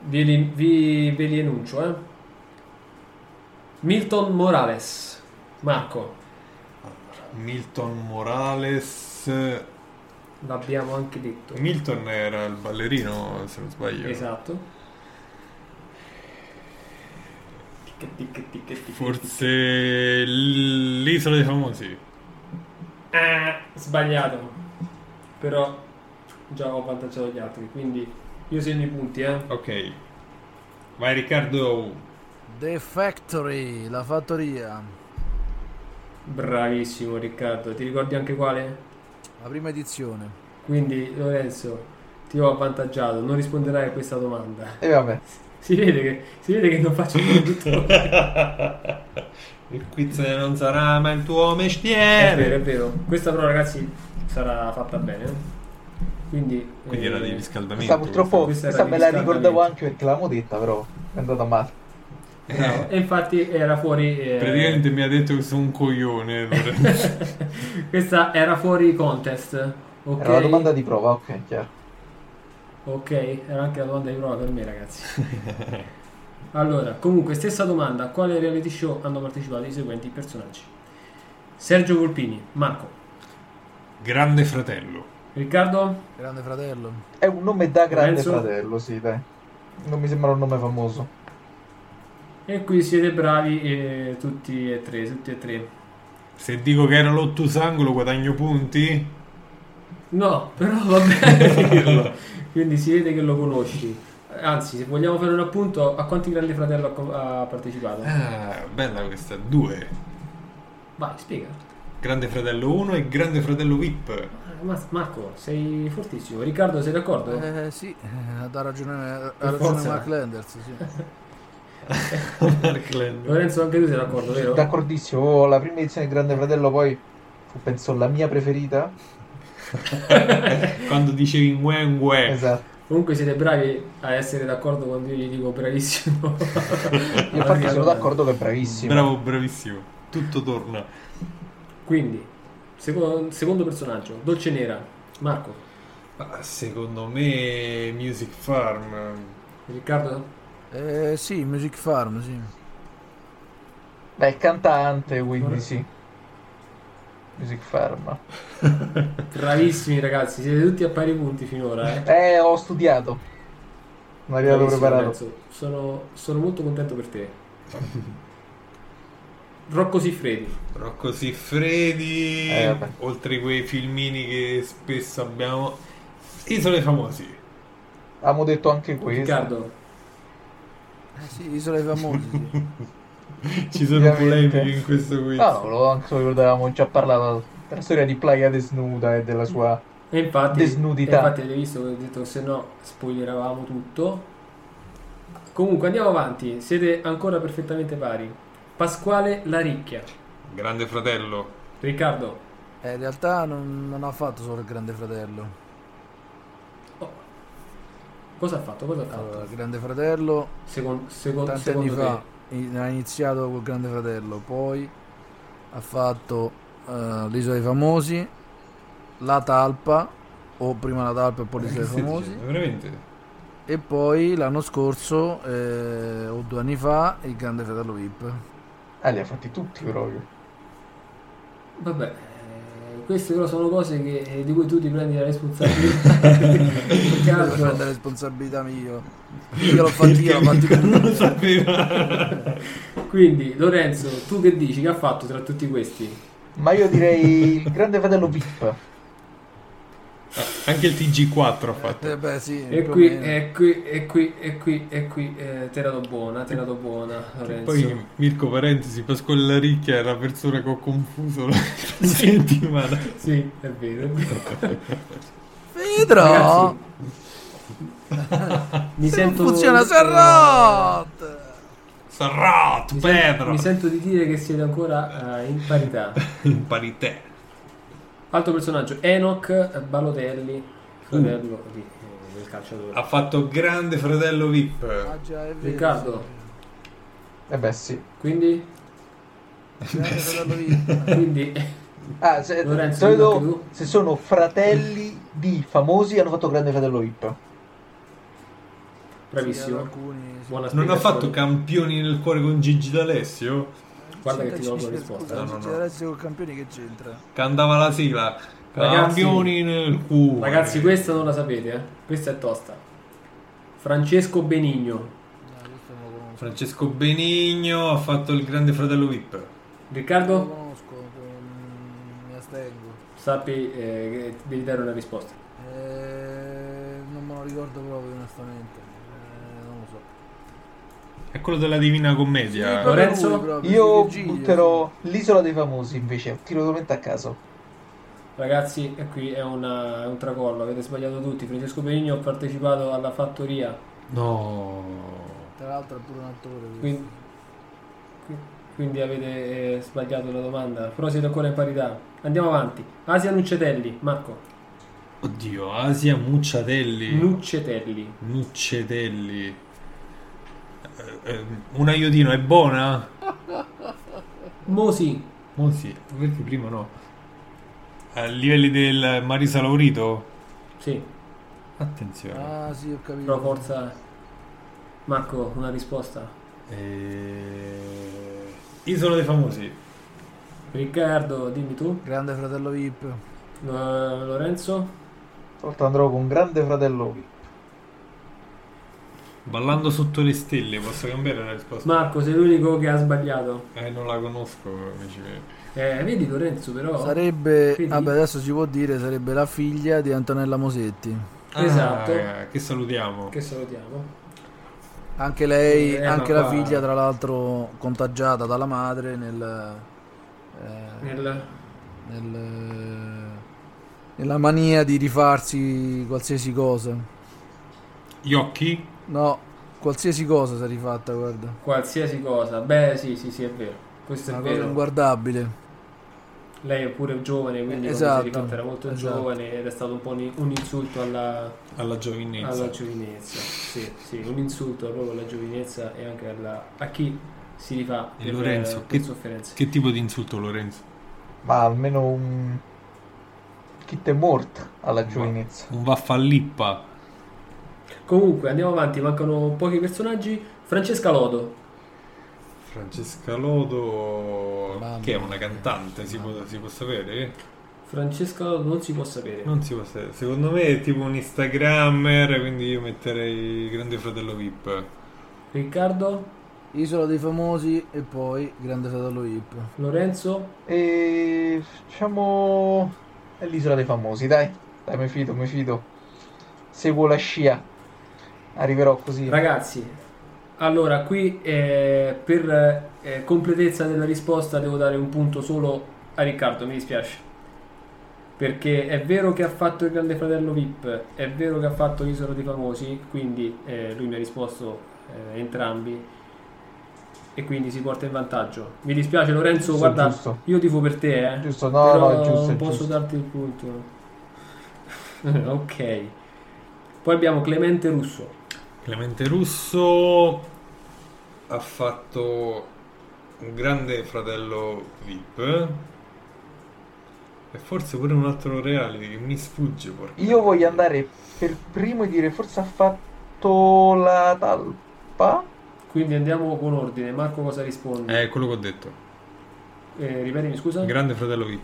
Vi, li- vi- ve li enuncio, eh. Milton Morales, Marco,
Milton Morales.
l'abbiamo anche detto.
Milton era il ballerino, se non sbaglio.
Esatto.
Forse l- l'isola dei famosi.
Ah, sbagliato. Però già ho avvantaggiato gli altri, quindi io segno i punti, eh.
Ok. Vai Riccardo.
The Factory, la fattoria.
Bravissimo Riccardo, ti ricordi anche quale?
La prima edizione.
Quindi Lorenzo, ti ho avvantaggiato, non risponderai a questa domanda.
E vabbè.
Si vede che, si vede che non faccio più tutto.
Il quiz non sarà mai il tuo
È
mestiere.
vero, è vero. Questa però ragazzi sarà fatta bene. eh. Quindi,
Quindi
eh,
era di riscaldamento.
Questa purtroppo
questa
questa,
era
me la
riscaldamento.
ricordavo anche perché l'avevo detta, però è andata male.
Bravo. E infatti era fuori... eh,
Praticamente mi ha detto che sono un coglione.
Questa era fuori contest. Ok.
Era la domanda di prova, ok, chiaro.
Ok, era anche la domanda di prova per me, ragazzi. Allora, comunque, stessa domanda: a quale reality show hanno partecipato i seguenti personaggi? Sergio Volpini, Marco,
Grande fratello.
Riccardo,
Grande fratello.
È un nome da grande
Lorenzo?
fratello, sì, dai. Non mi sembra un nome famoso.
E qui siete bravi eh, tutti e tre, tutti e tre.
Se dico che era l'ottusangolo guadagno punti?
No, però va bene dirlo. Quindi si vede che lo conosci. Anzi, se vogliamo fare un appunto, a quanti Grande Fratello ha co- ha partecipato?
Eh.
Ah, bella questa. Due.
Vai, spiega.
Grande Fratello 1 e Grande Fratello VIP.
Ma- Ah, Marco, sei fortissimo. Riccardo, sei d'accordo?
Eh, sì, eh, ha ragione, ha
Per
ragione
forza.
Mark Landers. Sì.
Lorenzo, anche tu sei d'accordo, vero?
D'accordissimo. Oh, la prima edizione di Grande Fratello poi fu, penso, la mia preferita.
Quando dicevi mue mue.
Esatto.
Comunque siete bravi a essere d'accordo quando io gli dico bravissimo.
Io infatti sono d'accordo che è bravissimo.
Bravo, bravissimo. Tutto torna.
Quindi, secondo, secondo personaggio, Dolce Nera, Marco,
Ma secondo me Music Farm.
Riccardo?
Eh, sì, Music Farm, sì.
Beh, è cantante, quindi sì. Music Farm.
Bravissimi ragazzi, siete tutti a pari punti finora. Eh,
Eh, ho studiato. Mi arrivato
Bravissimo,
preparato.
Lorenzo. Sono, sono molto contento per te. Rocco Siffredi.
Rocco Siffredi.
Eh, vabbè.
oltre quei filmini che spesso abbiamo. Isole famosi.
Abbiamo detto anche questo.
Riccardo.
Eh, sì, Isole Famosi, sì.
Ci sono
Ovviamente.
polemiche in questo quiz.
No, volevo anche ricordavamo già parlato della storia di Playa Desnuda e della sua
E infatti,
desnudità.
e infatti avete visto che ho detto che se no spoileravamo tutto. Comunque andiamo avanti, siete ancora perfettamente pari. Pasquale Laricchia,
Grande fratello.
Riccardo,
Eh, in realtà non, non ha fatto solo il Grande Fratello.
cosa ha fatto? Cosa ha fatto?
Allora, il Grande Fratello
Secondo, secondo,
tanti anni
secondo te?
fa in- ha iniziato col Grande Fratello, poi ha fatto eh, l'Isola dei Famosi, la Talpa, o prima la Talpa e poi l'Isola
Che
dei
stai
Famosi.
dicendo? Veramente?
E poi l'anno scorso, eh, o due anni fa, il Grande Fratello VIP.
Ah, li ha fatti tutti proprio.
Vabbè, eh, queste però sono cose che- eh, di cui tu ti prendi la responsabilità. In
Devo
caso-
prendere responsabilità mio. Io l'ho fatto io, l'ho fatto io.
Non lo sapeva.
Quindi, Lorenzo, tu che dici? Che ha fatto tra tutti questi?
Ma io direi il grande fratello VIP.
Anche il TG4 ha fatto.
Eh beh, sì,
E
più o
qui, eh.
meno.
e qui, e qui, e qui, e qui, eh, te la do buona, te la do buona, Lorenzo.
Poi Mirko Parentesi, Pasquale Laricchia è la persona che ho confuso la settimana.
Sì, è vero. è vero.
Vedrò.
Mi
Se
sento-
non funziona Serrat.
Sarrat,
Mi sen-
Pedro.
Mi sento di dire che siete ancora eh, in parità.
In parità.
Altro personaggio, Enoch Balotelli, fratello
Mm.
di, eh, del calciatore.
Ha fatto grande fratello VIP.
Ah, Già, è vero,
Riccardo,
Eh beh, sì.
quindi...
sì. Grande Fratello VIP.
quindi
Ah, se,
Lorenzo,
solito-
dillo anche
se sono fratelli di famosi hanno fatto grande fratello VIP.
Bravissimo. Buona
Non ha
spiegazione.
fatto campioni nel cuore con Gigi D'Alessio?
Guarda che ti do la
Scusa,
risposta.
No, no,
C'è
no.
adesso col campione che c'entra.
Cantava la sigla.
Ragazzi-
Campioni nel cuore.
Ragazzi, questa non la sapete, eh. Questa è tosta. Francesco Benigno.
Francesco Benigno ha fatto il grande fratello VIP.
Lo
Riccardo,
conosco, mm, mi astengo.
sappi eh, che devi dare una risposta.
Eh, non me lo ricordo proprio, onestamente. Eh, non lo so.
È quello della Divina Commedia.
Proprio
Lorenzo?
lui, proprio,
Io
sì, Virgilio,
butterò l'isola dei famosi invece, tiro totalmente a caso.
Ragazzi, e qui è, una- è un tracollo, avete sbagliato tutti. Francesco Benigno ha partecipato alla fattoria.
No.
sì. Tra l'altro è pure un attore. questo.
Quindi, qui- quindi avete eh, sbagliato la domanda. Però siete ancora in parità. Andiamo avanti. Asia Nuccetelli, Marco.
Oddio, Asia Mucciatelli.
Nuccetelli.
Nuccetelli. Eh, eh, un aiutino è buona?
Mosi.
Oh sì, perché prima no. A livelli del Marisa Laurito?
Sì,
Attenzione.
Ah, sì, ho capito.
però forza. Marco, una risposta.
Eh, Isola dei famosi.
Riccardo, dimmi tu.
Grande fratello VIP.
Eh, Lorenzo?
Tra l'altro andrò con grande fratello VIP.
Ballando sotto le stelle, posso cambiare la risposta?
Marco, sei l'unico che ha sbagliato.
Eh, non la conosco, amici miei.
Eh, vedi Lorenzo però.
Sarebbe,
Vedi?
vabbè adesso si può dire, sarebbe la figlia di Antonella Mosetti.
Ah, eh, che salutiamo.
Esatto. Che salutiamo.
Anche lei,
Eh,
anche
ma
la
qua-
figlia tra l'altro contagiata dalla madre nel... eh,
Nel-
nel- nella mania di rifarsi qualsiasi cosa.
Gli occhi?
No, qualsiasi cosa si è rifatta, guarda.
Qualsiasi cosa. Beh, sì, sì, sì, è vero. Questo
Una
è
cosa
vero.
inguardabile.
Lei è pure giovane, quindi
Esatto,
quando si è rifatta era molto
esatto.
giovane ed è stato un po' un un insulto alla,
Alla giovinezza.
alla giovinezza. Sì, sì, un insulto proprio alla giovinezza e anche alla, a chi si rifà
E
per,
Lorenzo,
per
che,
sofferenze.
che tipo di insulto Lorenzo?
Ma almeno un. Chi te morta alla giovinezza.
Un vaffallippa.
Comunque, andiamo avanti, mancano pochi personaggi. Francesca Lodo.
Francesca Lodo, che è una cantante, si può, si può sapere?
Francesca Lodo non si può sapere.
Non si può sapere. Secondo me è tipo un Instagrammer, quindi io metterei Grande Fratello VIP.
Riccardo?
Isola dei famosi e poi Grande Fratello Hip.
Lorenzo?
E facciamo è l'isola dei famosi, dai. Dai, mi fido, mi fido. Seguo la scia. Arriverò così.
Ragazzi, allora qui eh, per eh, completezza della risposta devo dare un punto solo a Riccardo, mi dispiace. Perché è vero che ha fatto il Grande Fratello VIP, è vero che ha fatto Isola dei Famosi, quindi eh, lui mi ha risposto eh, entrambi e quindi si porta in vantaggio. Mi dispiace Lorenzo,
Giusto,
guarda,
giusto.
io tifo per te, eh.
Giusto, no,
però
no, è giusto, è
non posso
giusto.
darti il punto. ok. Poi abbiamo Clemente Russo.
Clemente Russo ha fatto un grande fratello VIP e forse pure un altro reality che mi sfugge. Porca.
Io voglio andare per primo e dire forse ha fatto la talpa.
Quindi andiamo con ordine. Marco cosa risponde?
È quello che ho detto.
Eh, ripetimi, scusa.
Grande fratello VIP.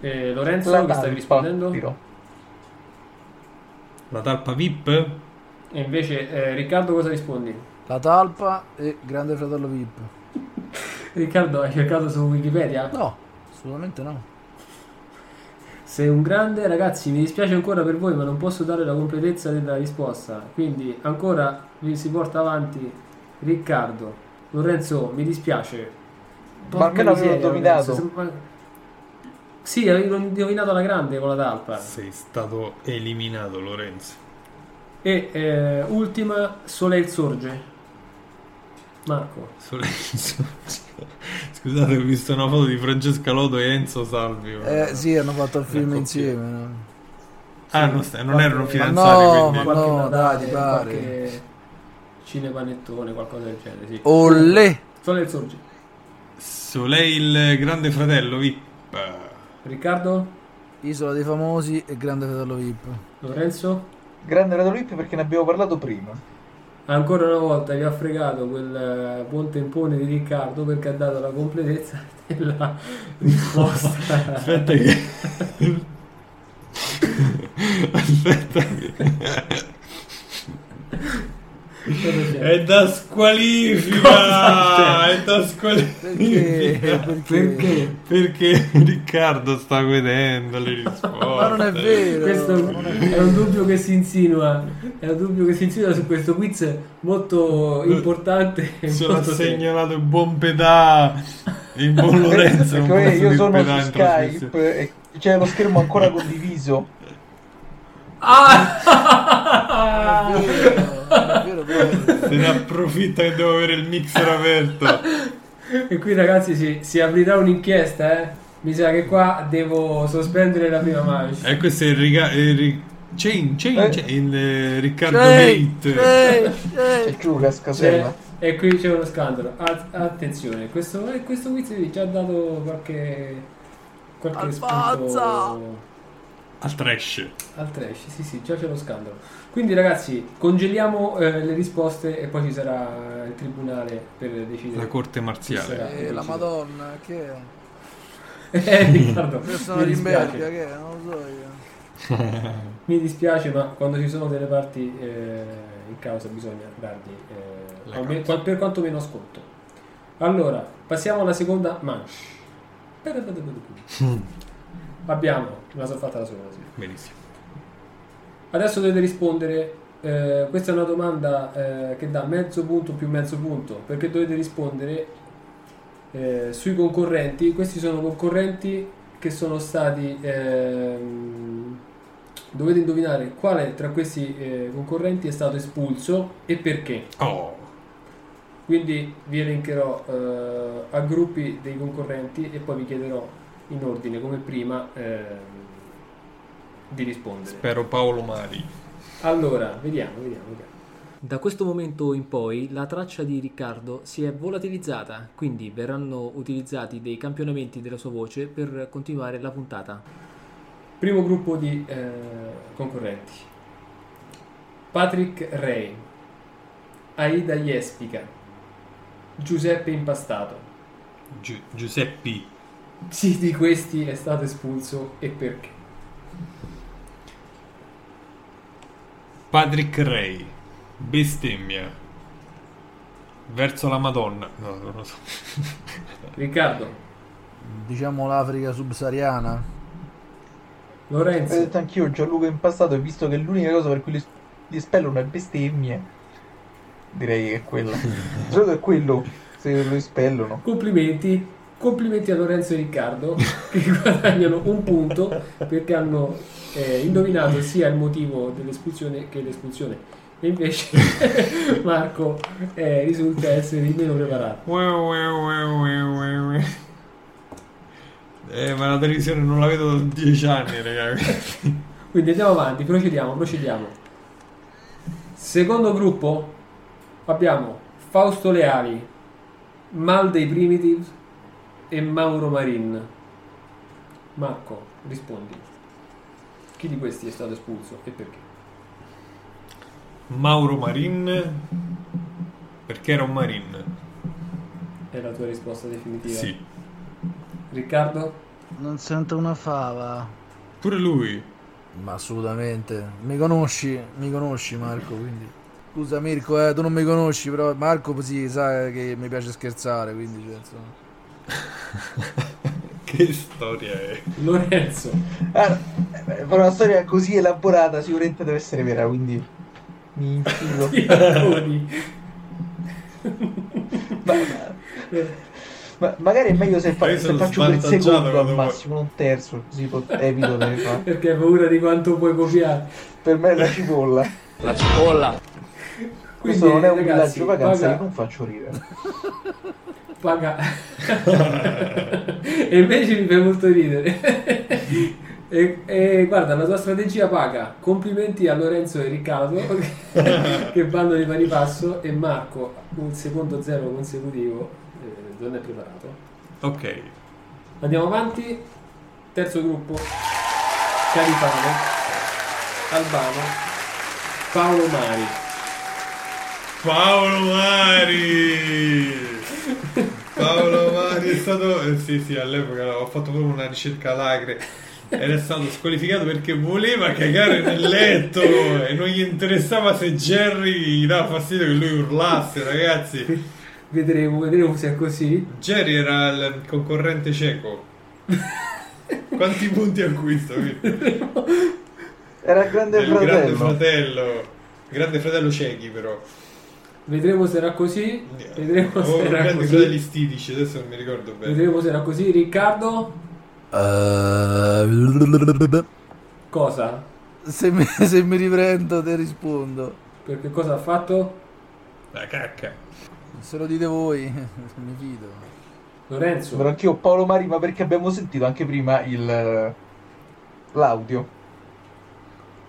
Eh, Lorenzo,
La
che stavi
talpa,
rispondendo?
La talpa VIP?
E invece eh, Riccardo cosa rispondi?
La talpa e Grande Fratello VIP.
Riccardo, hai cercato su Wikipedia?
No, assolutamente no.
Sei un grande, ragazzi, mi dispiace ancora per voi, ma non posso dare la completezza della risposta. Quindi ancora vi si porta avanti Riccardo. Lorenzo, mi dispiace.
Ma almeno avevo indovinato.
sembra- Sì, avevo indovinato alla grande con la talpa.
Sei stato eliminato, Lorenzo.
E eh, ultima, Soleil Sorge. Marco.
Solo- Scusate, ho visto una foto di Francesca Lodo e Enzo Salvi. ma-
Eh sì, hanno fatto il film
Ecco,
insieme. no?
Ah, non, sta- non erano
Ma
fidanzati,
no,
quindi.
ma no.
Qualche Natale,
dai, ti pare.
qualche cinepanettone, qualcosa del genere, sì.
Olle!
Soleil Sorge.
Soleil, grande fratello, VIP.
Riccardo,
Isola dei famosi e Grande Fratello VIP.
Lorenzo,
Grande Redo Lip perché ne abbiamo parlato prima.
ancora una volta vi ha fregato quel eh, buon tempone di Riccardo perché ha dato la completezza della risposta.
Aspetta che... Aspetta che... È da squalifica! È da squalifica!
Perché?
Perché? Perché Riccardo sta guidando le risposte.
Ma non è vero.
Questo è un, è un dubbio che si insinua, è un dubbio che si insinua su questo quiz molto importante. e
Sono
molto serio.
segnalato il buon pedà, il buon Lorenzo.
Perché
non
eh,
posso
io
dire
sono
pedà
su
in trasmissione.
Skype e c'è lo schermo ancora condiviso.
Ah!
Se ne approfitta che devo avere il mixer aperto.
E qui ragazzi si, si aprirà un'inchiesta, eh? Mi sa che qua devo sospendere la prima manche.
E Eh, questo è il riga- il ri- Chain, chain,
Eh.
chain, il eh, Riccardo eh,
Chain,
Gate.
eh. C'è giù la scasella.
C'è- Eh, e qui c'è uno scandalo. A- attenzione, questo, eh, questo quiz vi ha già dato qualche, qualche spunto
Al trash.
al trash. Sì, sì, già c'è lo scandalo. Quindi ragazzi, congeliamo eh, le risposte e poi ci sarà il tribunale per decidere.
La corte marziale.
chi sarà
Eh,
il
la
vincitore.
Madonna, che è?
Eh, Riccardo,
Io sono
mi
l'imberga,
dispiace.
che è? Non lo so io.
Mi dispiace, ma quando ci sono delle parti eh, in causa bisogna dargli eh, almeno- qual- per quanto meno ascolto. Allora, passiamo alla seconda manche. Abbiamo, me la sono fatta da sola. sì.
Benissimo.
Adesso dovete rispondere. eh, questa è una domanda eh, che dà mezzo punto più mezzo punto perché dovete rispondere eh, sui concorrenti. Questi sono concorrenti che sono stati. ehm, dovete indovinare quale tra questi eh, concorrenti è stato espulso e perché.
Oh,
Quindi vi elencherò eh, a gruppi dei concorrenti e poi vi chiederò in ordine come prima ehm, di rispondere.
Spero Paolo Mari.
Allora, vediamo, vediamo, vediamo. Da questo momento in poi la traccia di Riccardo si è volatilizzata, quindi verranno utilizzati dei campionamenti della sua voce per continuare la puntata. Primo gruppo di eh, concorrenti. Patrick Ray, Aida Jespica, Giuseppe Impastato.
Gi- Giuseppi.
Chi di questi è stato espulso e perché?
Patrick Ray. Bestemmia. Verso la Madonna. No, non lo so.
Riccardo.
Diciamo l'Africa subsahariana.
Lorenzo.
Ho detto Eh, anch'io Gianluca Impastato e visto che l'unica cosa per cui li- li espellono è bestemmie, direi che è quella. Solo è quello se lo espellono.
Complimenti, complimenti a Lorenzo e Riccardo che guadagnano un punto perché hanno eh, indovinato sia il motivo dell'espulsione che l'espulsione. E invece Marco eh, risulta essere il meno preparato.
Eh, ma la televisione non la vedo da dieci anni, ragazzi.
Quindi andiamo avanti, procediamo, procediamo. Secondo gruppo abbiamo Fausto Leali, Mal dei Primitives e Mauro Marin. Marco, rispondi. Chi di questi è stato espulso e perché?
Mauro Marin. Perché era un Marin?
È la tua risposta definitiva?
Sì.
Riccardo?
Non sento una fava.
Pure lui.
Ma assolutamente. Mi conosci, mi conosci Marco, quindi. Scusa Mirko, eh, tu non mi conosci, però Marco sì, sa che mi piace scherzare, quindi cioè, insomma.
Che storia è?
Lorenzo.
Ah, eh, però una storia così elaborata sicuramente deve essere vera, quindi mi infido. ma, ma magari è meglio se, fa-
Io
se
sono
faccio quel
svantaggiato
secondo
quando
al
vuoi.
massimo, non terzo, così pot- evito di fare.
Perché hai paura di quanto puoi copiare.
Per me è la cipolla.
La cipolla.
Questo non è un villaggio vacanza che non faccio ridere.
paga. e invece mi fai molto ridere. e, e guarda, la tua strategia paga. Complimenti a Lorenzo e Riccardo che vanno di pari passo e Marco, un secondo zero consecutivo, eh, non è preparato.
Ok.
Andiamo avanti. Terzo gruppo. Carifano, Albano, Paolo Mari.
Paolo Mari! Paolo Mari è stato... eh, sì, sì, all'epoca ho fatto proprio una ricerca lacre. Era stato squalificato perché voleva cagare nel letto e non gli interessava se Jerry gli dava fastidio che lui urlasse, ragazzi.
Vedremo, vedremo se è così.
Jerry era il concorrente cieco. Quanti punti acquisto?
Era il grande
Del grande
fratello.
fratello. Grande fratello ciechi però.
Vedremo se era così. Vedremo
Oh,
se
il
era
grande
così.
fratello istidici, adesso non mi ricordo bene.
Vedremo se era così. Riccardo,
Eh.
cosa?
se, mi, se mi riprendo te rispondo.
Perché cosa ha fatto?
La cacca.
Se lo dite voi, mi fido.
Lorenzo.
Però anch'io Paolo Mari, ma perché abbiamo sentito anche prima il, eh, l'audio.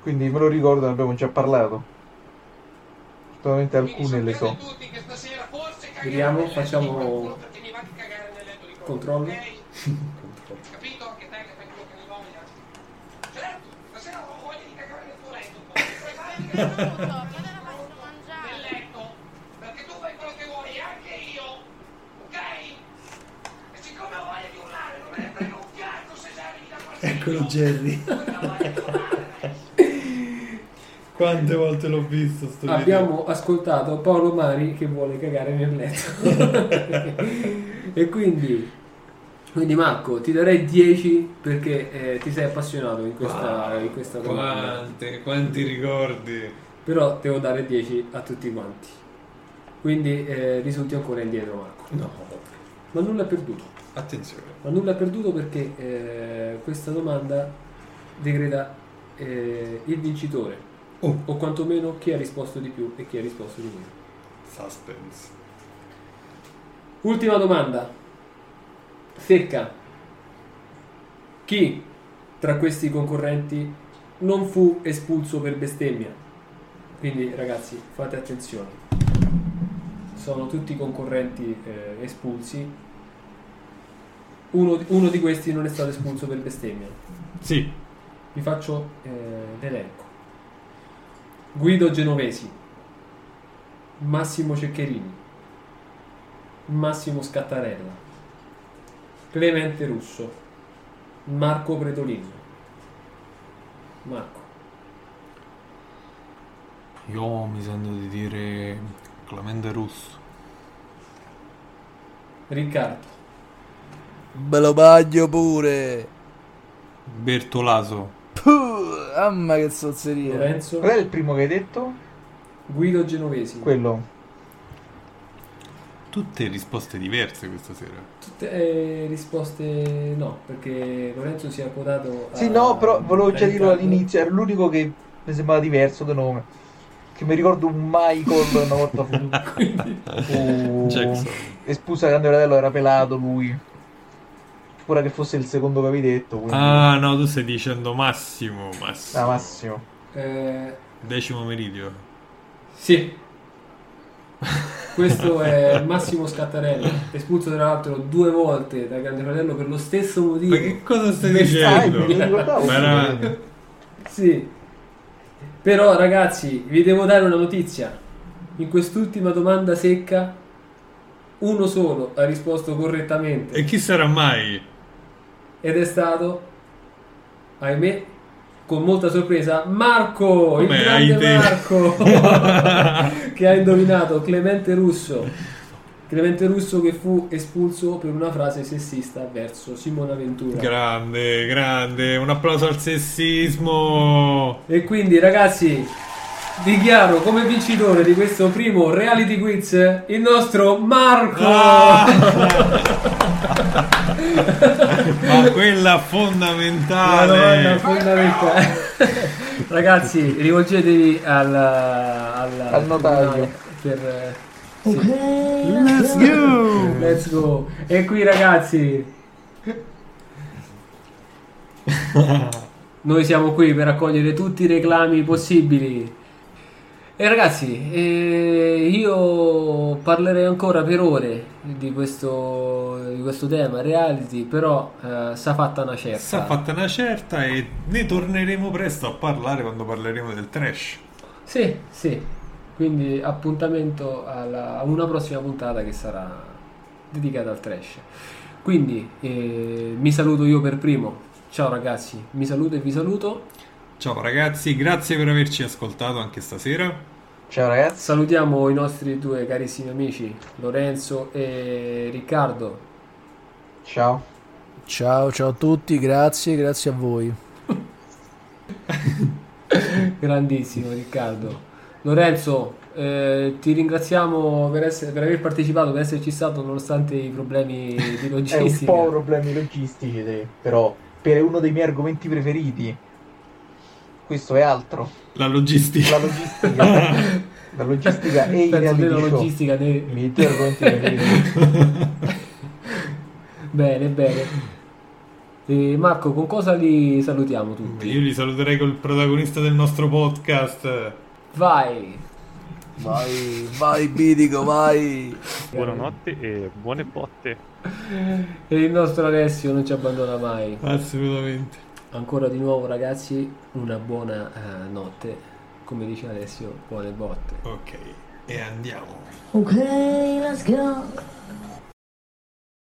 Quindi me lo ricordo, ne abbiamo già parlato. Sicuramente alcune le so.
Vediamo, facciamo controllo.
nel letto, perché tu fai quello che vuoi e anche io, ok? E siccome ho voglia di urlare, non me ne frega un cazzo se Jerry mi dà fastidio.
Eccolo Jerry.
Quante volte l'ho visto sto video?
Abbiamo ascoltato Paolo Mari che vuole cagare nel letto. e quindi, quindi Marco, ti darei 10 perché eh, ti sei appassionato in questa, in questa domanda.
Quante, quanti ricordi.
Però devo dare 10 a tutti quanti. Quindi eh, risulti ancora indietro Marco.
No.
Ma nulla è perduto.
Attenzione.
Ma nulla è perduto perché eh, questa domanda decreta eh, il vincitore. O quantomeno chi ha risposto di più e chi ha risposto di meno.
Suspense.
Ultima domanda. Secca. Chi tra questi concorrenti non fu espulso per bestemmia? Quindi ragazzi, fate attenzione. Sono tutti concorrenti eh, espulsi. Uno, uno di questi non è stato espulso per bestemmia.
Sì.
Vi faccio eh, l'elenco. Guido Genovesi, Massimo Ceccherini, Massimo Scattarella, Clemente Russo, Marco Predolino. Marco,
Io mi sento di dire Clemente Russo.
Riccardo,
Ve lo bagno pure.
Bertolaso.
Puh, mamma che sozzeria.
Lorenzo.
Qual è il primo che hai detto?
Guido Genovesi.
Quello.
Tutte risposte diverse questa sera.
Tutte eh, risposte no, perché Lorenzo si è accodato a...
Sì,
Ah,
no, però volevo già
a
dirlo
Riccardo.
all'inizio, era l'unico che mi sembrava diverso da nome. Che mi ricordo un Michael una volta fu, fu
Ah, Jackson.
espulso da Grande Fratello, era pelato lui. Ora che fosse il secondo capidetto, quindi...
Ah no, tu stai dicendo Massimo. Massimo.
Ah, Massimo.
Eh,
Decimo meridio.
Sì. Questo è Massimo Scattarella, espulso tra l'altro due volte da Grande Fratello per lo stesso motivo.
Ma che cosa stai
Bestemmia.
dicendo? Ma era-
Sì. Però ragazzi, vi devo dare una notizia. In quest'ultima domanda secca, uno solo ha risposto correttamente
E chi sarà mai?
ed è stato, ahimè, con molta sorpresa, Marco, il
Come
grande
hai te-
Marco, che ha indovinato Clemente Russo. Clemente Russo che fu espulso per una frase sessista verso Simona Ventura.
Grande, grande. Un applauso al sessismo.
E quindi ragazzi dichiaro come vincitore di questo primo reality quiz il nostro Marco.
Ah! Ma Ecco. quella
La domanda
fondamentale.
fondamentale. ragazzi rivolgetevi al, al,
Al notaio.
per eh, sì. Let's go! Let's go! E qui ragazzi, noi siamo qui per accogliere tutti i reclami possibili. E ragazzi, eh, io parlerei ancora per ore di questo, di questo tema reality, però eh, sa fatta una certa.
Sta fatta una certa e ne torneremo presto a parlare quando parleremo del trash.
Sì, sì. Quindi appuntamento alla- a una prossima puntata che sarà dedicata al trash. Quindi eh, mi saluto io per primo. Ciao ragazzi, mi saluto e vi saluto.
Ciao ragazzi, grazie per averci ascoltato anche stasera.
Ciao ragazzi.
Salutiamo i nostri due carissimi amici Lorenzo e Riccardo.
Ciao.
Ciao, ciao a tutti, grazie, grazie a voi.
Grandissimo Riccardo. Lorenzo, eh, ti ringraziamo per, essere- per aver partecipato, per esserci stato nonostante i problemi di
È un
logistica.
po' problemi logistici, sì, però per uno dei miei argomenti preferiti. Questo è altro.
La logistica.
La logistica. la logistica e i
Penso
reality
nella
show.
logistica ne-
I miei due argomenti preferiti.
Bene, bene. E Marco, con cosa li salutiamo tutti?
Io li saluterei col protagonista del nostro podcast.
Vai!
Vai, vai Bidico, vai.
Buonanotte e buone botte.
E il nostro Alessio non ci abbandona mai.
Assolutamente.
Ancora di nuovo, ragazzi, una buona eh, notte. Come dice Alessio, buone botte.
Ok, e andiamo.
Ok, let's go.